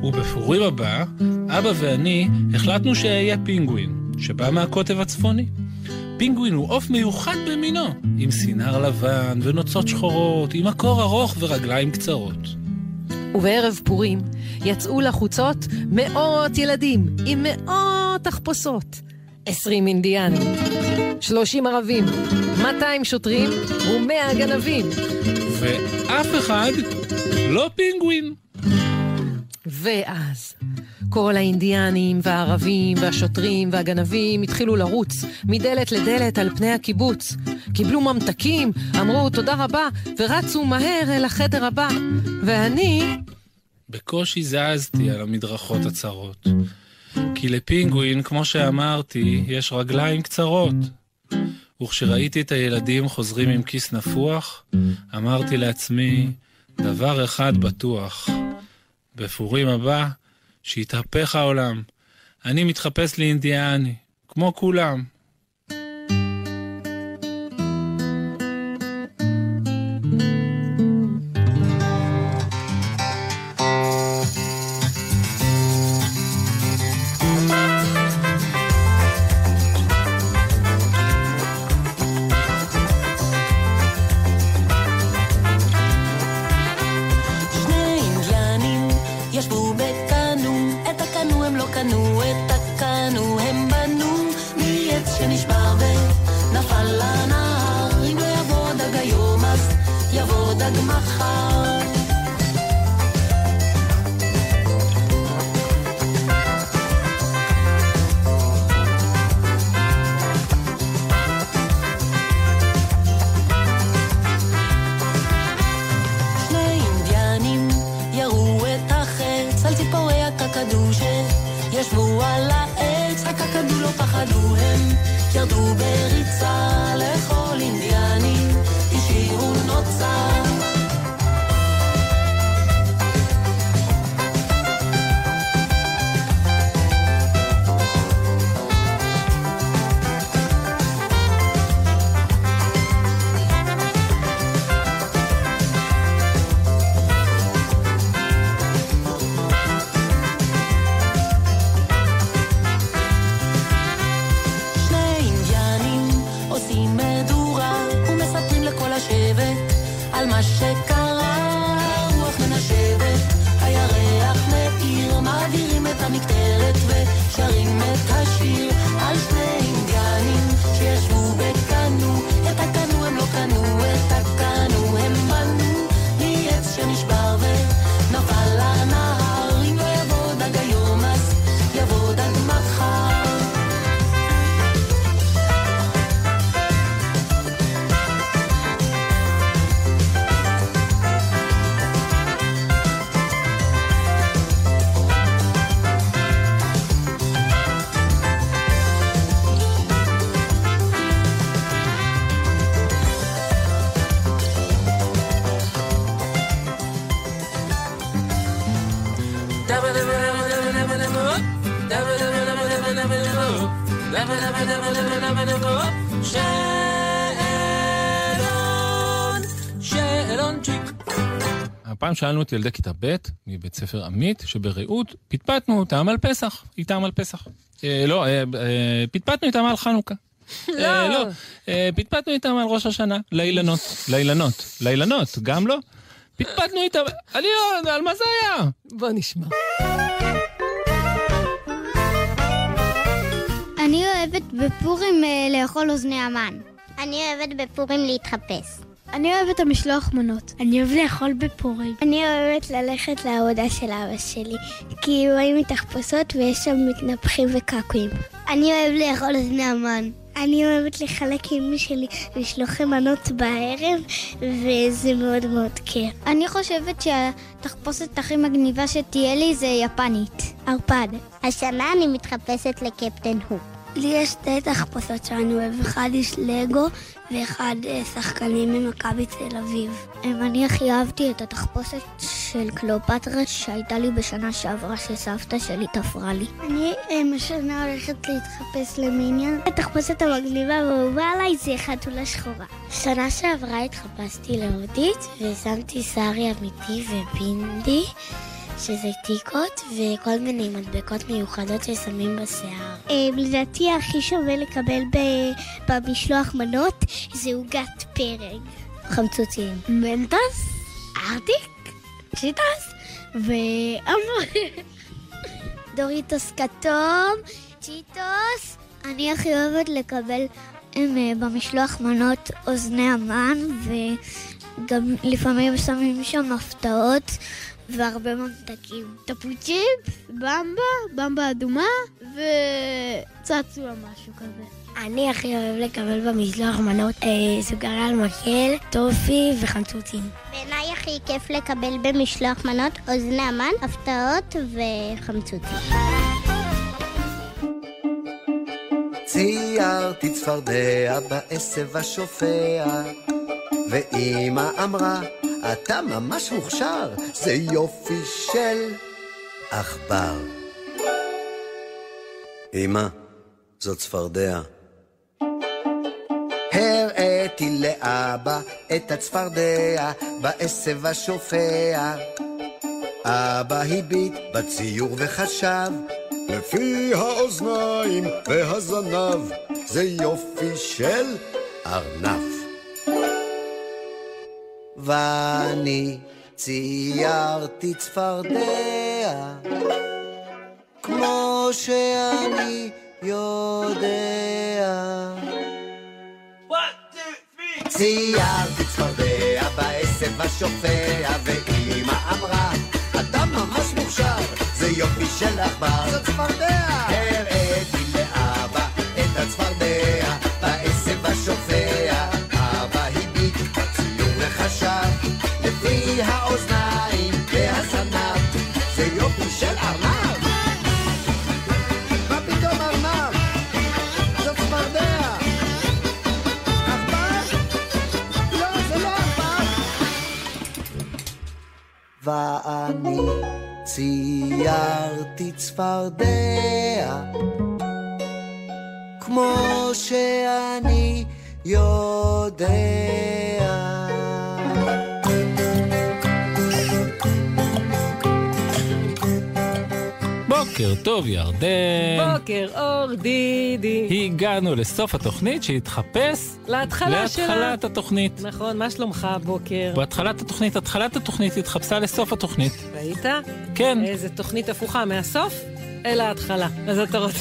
[SPEAKER 2] ובפורים הבא, אבא ואני החלטנו שאהיה פינגווין, שבא מהקוטב הצפוני. פינגווין הוא עוף מיוחד במינו, עם סינר לבן ונוצות שחורות, עם מקור ארוך ורגליים קצרות.
[SPEAKER 3] ובערב פורים יצאו לחוצות מאות ילדים עם מאות תחפושות. עשרים אינדיאנים, שלושים ערבים, 200 שוטרים ומאה גנבים.
[SPEAKER 2] ואף אחד לא פינגווין.
[SPEAKER 3] ואז כל האינדיאנים והערבים והשוטרים והגנבים התחילו לרוץ מדלת לדלת על פני הקיבוץ. קיבלו ממתקים, אמרו תודה רבה, ורצו מהר אל החדר הבא. ואני...
[SPEAKER 2] בקושי זזתי על המדרכות הצרות. כי לפינגווין, כמו שאמרתי, יש רגליים קצרות. וכשראיתי את הילדים חוזרים עם כיס נפוח, אמרתי לעצמי, דבר אחד בטוח, בפורים הבא, שיתהפך העולם. אני מתחפש לאינדיאני, כמו כולם.
[SPEAKER 9] שני אינדיאנים ישבו בקנו, את הקנו הם לא קנו, את הקנו הם בנו, מי את לא
[SPEAKER 10] לא לא למה למה למה למה למה למה הופ. שאלון, שאלונצ'יק.
[SPEAKER 2] הפעם שאלנו את ילדי כיתה ב' מבית ספר עמית, שברעות פטפטנו אותם על פסח, איתם על פסח. אה, לא, אה, אה, פטפטנו איתם על חנוכה. אה, לא, אה, פטפטנו איתם על ראש השנה, לאילנות, לאילנות, לאילנות, גם לא. פטפטנו איתם, אני לא, על מה זה היה?
[SPEAKER 3] בוא נשמע.
[SPEAKER 15] אני אוהבת בפורים אה, לאכול אוזני המן. אני אוהבת בפורים להתחפש. אני אוהבת המשלוח מנות. אני אוהבת לאכול בפורים. אני אוהבת ללכת לעבודה של אבא שלי, כי כאילו, רואים מתחפושות ויש שם מתנפחים וקעקועים. אני אוהב לאכול אוזני המן. אני אוהבת לחלק עם אמא שלי משלוחי מנות בערב, וזה מאוד מאוד כיף. אני חושבת שהתחפושת הכי מגניבה שתהיה לי זה יפנית. ערפד. השנה אני מתחפשת לקפטן הוק. לי יש שתי תחפושות שאני אוהב, אחד איש לגו ואחד אה, שחקנים ממכבי תל אביב. אני הכי אהבתי את התחפושת של קלופטרה שהייתה לי בשנה שעברה שסבתא שלי תפרה לי. אני השנה הולכת להתחפש למיניאן. התחפושת המגניבה והאהובה עליי זה חתולה שחורה. שנה שעברה התחפשתי להודית ושמתי סארי אמיתי ובינדי. שזה טיקות וכל מיני מדבקות מיוחדות ששמים בשיער. לדעתי אה, הכי שווה לקבל ב- במשלוח מנות זה עוגת פרק. חמצוצים. מנטס, ארטיק, צ'יטס ואמרי. דוריטוס כתום, צ'יטוס. אני הכי אוהבת לקבל הם, אה, במשלוח מנות אוזני המן, וגם לפעמים שמים שם הפתעות והרבה ממתקים. טפוצ'יפ, במבה, במבה אדומה וצעצוע משהו כזה. אני הכי אוהב לקבל במשלוח מנות סוגריה על מקל, טופי וחמצוצים. בעיניי הכי כיף לקבל במשלוח מנות אוזני המן, הפתעות וחמצוצים.
[SPEAKER 16] ציירתי צפרדע בעשב השופע, ואימא אמרה, אתה ממש מוכשר, זה יופי של עכבר. אמא, זו צפרדע. הראיתי לאבא את הצפרדע בעשב השופע. אבא הביט בציור וחשב, לפי האוזניים והזנב, זה יופי של ארנב. ואני ציירתי צפרדע, כמו שאני יודע. ציירתי צפרדע בעשב השופע, ואימא אמרה, אתה ממש מוכשר, זה יופי של עכבר. זו צפרדע! הראיתי לאבא את הצפרדע, בעשב השופע, אבא הביט בציור וחשב, לפי האוזניים והזנב, זה יופי של ארנב. מה פתאום ארנב? זו צפרדע! עכבר? לא, זה לא עכבר. ואני ציירתי צפרדע, כמו שאני יודע.
[SPEAKER 2] בוקר טוב, ירדן.
[SPEAKER 3] בוקר אור דידי.
[SPEAKER 2] הגענו לסוף התוכנית שהתחפש
[SPEAKER 3] להתחלה שלה.
[SPEAKER 2] להתחלת התוכנית.
[SPEAKER 3] נכון, מה שלומך הבוקר?
[SPEAKER 2] בהתחלת התוכנית, התחלת התוכנית התחפשה לסוף התוכנית.
[SPEAKER 3] ראית?
[SPEAKER 2] כן.
[SPEAKER 3] איזה תוכנית הפוכה, מהסוף אל ההתחלה. אז אתה רוצה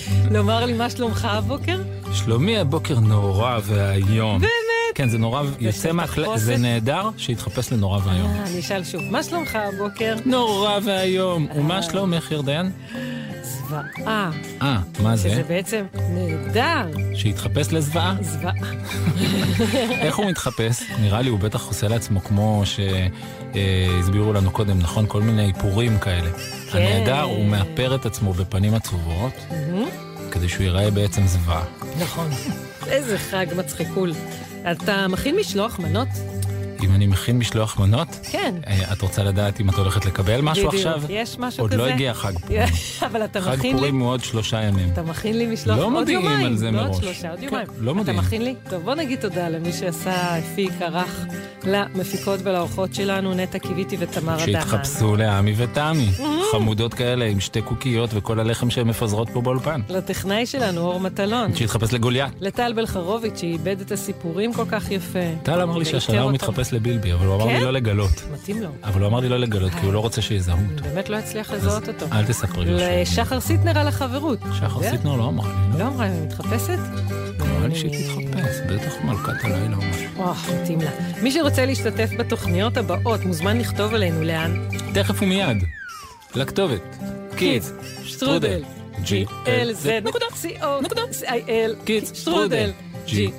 [SPEAKER 3] לומר לי מה שלומך אה, הבוקר?
[SPEAKER 2] שלומי הבוקר נורא ואיום.
[SPEAKER 3] באמת?
[SPEAKER 2] כן, זה נורא, יוצא מהכלל, זה נהדר שהתחפש לנורא ואיום.
[SPEAKER 3] אה, אני אשאל שוב, מה שלומך הבוקר?
[SPEAKER 2] נורא ואיום.
[SPEAKER 3] אה.
[SPEAKER 2] ומה שלומך, ירדן?
[SPEAKER 3] זוועה.
[SPEAKER 2] אה, מה
[SPEAKER 3] שזה
[SPEAKER 2] זה?
[SPEAKER 3] בעצם נהדר.
[SPEAKER 2] שהתחפש לזוועה?
[SPEAKER 3] זוועה.
[SPEAKER 2] איך הוא מתחפש? נראה לי הוא בטח עושה לעצמו כמו שהסבירו לנו קודם, נכון? כל מיני איפורים כאלה.
[SPEAKER 3] כן.
[SPEAKER 2] הנהדר, הוא מאפר את עצמו בפנים עצובות,
[SPEAKER 3] מהמם.
[SPEAKER 2] כדי שהוא ייראה בעצם זוועה.
[SPEAKER 3] נכון. איזה חג מצחיקול. אתה מכין משלוח מנות?
[SPEAKER 2] אם אני מכין משלוח מנות,
[SPEAKER 3] כן.
[SPEAKER 2] אה, את רוצה לדעת אם את הולכת לקבל משהו
[SPEAKER 3] בדיוק,
[SPEAKER 2] עכשיו?
[SPEAKER 3] יש משהו
[SPEAKER 2] עוד
[SPEAKER 3] כזה. כן.
[SPEAKER 2] לא הגיע חג פורים.
[SPEAKER 3] אבל אתה
[SPEAKER 2] חג
[SPEAKER 3] מכין לי...
[SPEAKER 2] פורים הוא עוד שלושה ימים.
[SPEAKER 3] אתה מכין לי משלוח
[SPEAKER 2] לא
[SPEAKER 3] עוד
[SPEAKER 2] מודיעים
[SPEAKER 3] יומיים.
[SPEAKER 2] על זה
[SPEAKER 3] לא
[SPEAKER 2] מראש.
[SPEAKER 3] עוד שלושה, עוד
[SPEAKER 2] כן,
[SPEAKER 3] יומיים.
[SPEAKER 2] לא מודיעים.
[SPEAKER 3] אתה מכין לי? טוב, בוא נגיד תודה למי שעשה, הפיק, ערך, למפיקות ולאורחות שלנו, נטע קיוויתי ותמר הדהן.
[SPEAKER 2] שהתחפשו לעמי ותמי.
[SPEAKER 3] Mm.
[SPEAKER 2] חמודות כאלה עם שתי קוקיות וכל הלחם שהן מפזרות פה באולפן.
[SPEAKER 3] לטכנאי שלנו, אור מטלון.
[SPEAKER 2] שהתחפש לגוליית.
[SPEAKER 3] לטל בלחרוביץ', שאיבד את הסיפורים כל כך יפה.
[SPEAKER 2] טל אמר לי
[SPEAKER 3] ואיתר
[SPEAKER 2] שהשנה הוא
[SPEAKER 3] אותם.
[SPEAKER 2] מתחפש לבילבי, אבל הוא אמר לי
[SPEAKER 3] כן?
[SPEAKER 2] לא לגלות.
[SPEAKER 3] מתאים לו.
[SPEAKER 2] אבל הוא אמר לי לא לגלות, כי הוא לא רוצה שיזהו אותו.
[SPEAKER 3] באמת לא הצליח לזהות אותו.
[SPEAKER 2] אל תספרי לו
[SPEAKER 3] לשחר סיטנר על החברות.
[SPEAKER 2] שחר
[SPEAKER 3] יודע?
[SPEAKER 2] סיטנר לא אמר לי,
[SPEAKER 3] לא אמרה, היא מתחפשת?
[SPEAKER 2] נראה לי שהיא תתחפש, בטח מלכת הלילה או משהו.
[SPEAKER 3] וואו, מתאים לה. מי שרוצה להשתתף בתוכניות הבאות מוזמן לכתוב אלינו לאן?
[SPEAKER 2] תכף ומיד, לכתובת, קידס, שטרודל, ג'י, אל,
[SPEAKER 3] lz.co.il קיץ
[SPEAKER 2] שטרודל,
[SPEAKER 3] שטרודל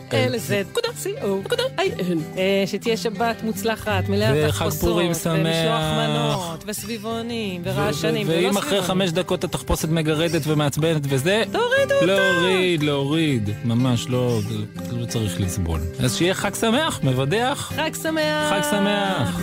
[SPEAKER 3] glz.co.il אה, שתהיה שבת מוצלחת, מלאה
[SPEAKER 2] וחג
[SPEAKER 3] תחפושות,
[SPEAKER 2] פורים שמח.
[SPEAKER 3] ומשלוח מנות, וסביבונים, ורעשנים,
[SPEAKER 2] ו-
[SPEAKER 3] ולא
[SPEAKER 2] ואם אחרי
[SPEAKER 3] סביבונים.
[SPEAKER 2] חמש דקות התחפושת מגרדת ומעצבנת וזה,
[SPEAKER 3] תורידו אותה.
[SPEAKER 2] להוריד, להוריד, ממש לא, לא צריך לסבול. אז שיהיה חג שמח, מבדח,
[SPEAKER 3] חג שמח!
[SPEAKER 2] חג שמח.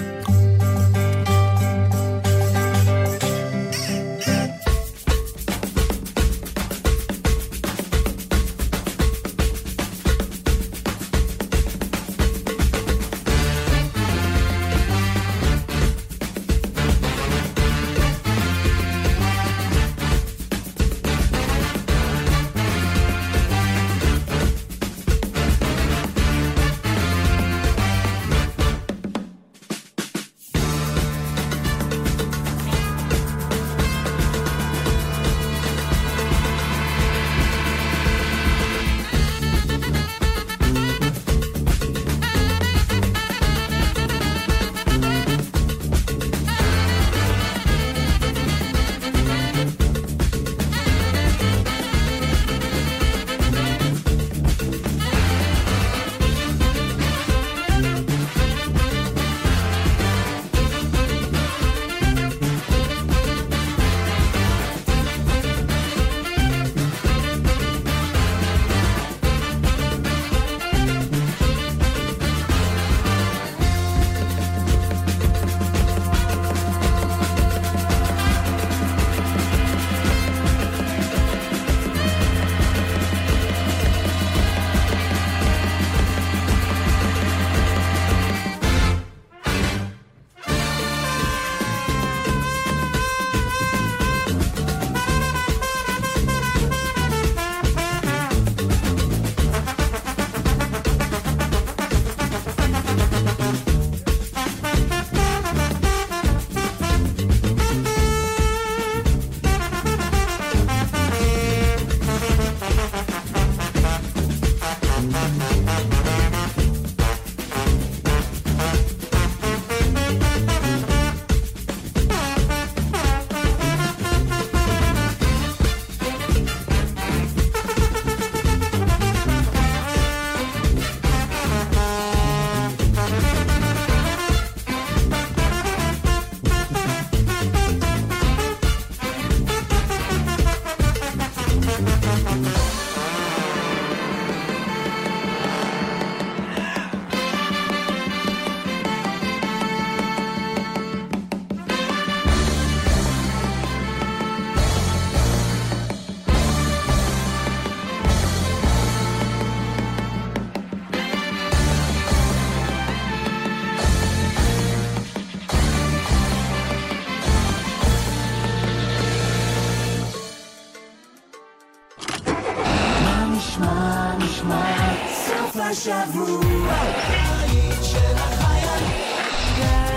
[SPEAKER 10] מה נשמע, נשמע, סוף השבוע. הבית של החייל.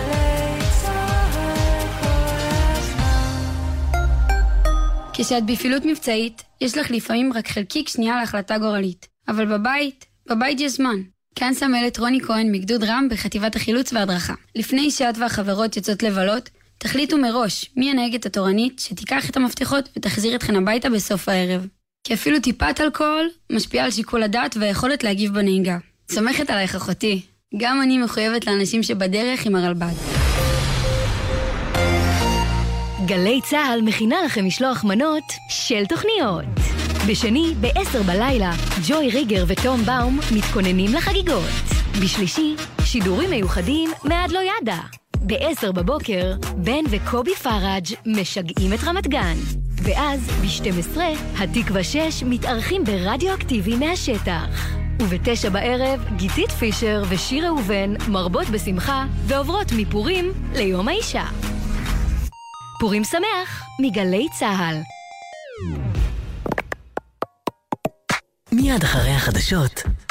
[SPEAKER 17] כשאת בפעילות מבצעית, יש לך לפעמים רק חלקיק שנייה להחלטה גורלית. אבל בבית, בבית יש זמן. כאן סמלת רוני כהן מגדוד רם בחטיבת החילוץ וההדרכה. לפני שאת והחברות יוצאות לבלות, תחליטו מראש מי הנהגת התורנית שתיקח את המפתחות ותחזיר אתכן הביתה בסוף הערב. כי אפילו טיפת אלכוהול משפיעה על שיקול הדעת והיכולת להגיב בנהיגה. סומכת עלייך אחותי. גם אני מחויבת לאנשים שבדרך עם הרלב"ד.
[SPEAKER 18] גלי צה"ל מכינה לכם משלוח מנות של תוכניות. בשני, ב-10 בלילה, ג'וי ריגר ותום באום מתכוננים לחגיגות. בשלישי, שידורים מיוחדים מעד לא ידע. ב-10 בבוקר, בן וקובי פראג' משגעים את רמת גן. ואז, ב-12, התקווה 6 מתארחים ברדיואקטיבי מהשטח. ובתשע בערב, גיתית פישר ושיר ראובן מרבות בשמחה ועוברות מפורים ליום האישה. פורים שמח מגלי צה"ל.
[SPEAKER 14] מיד אחרי החדשות,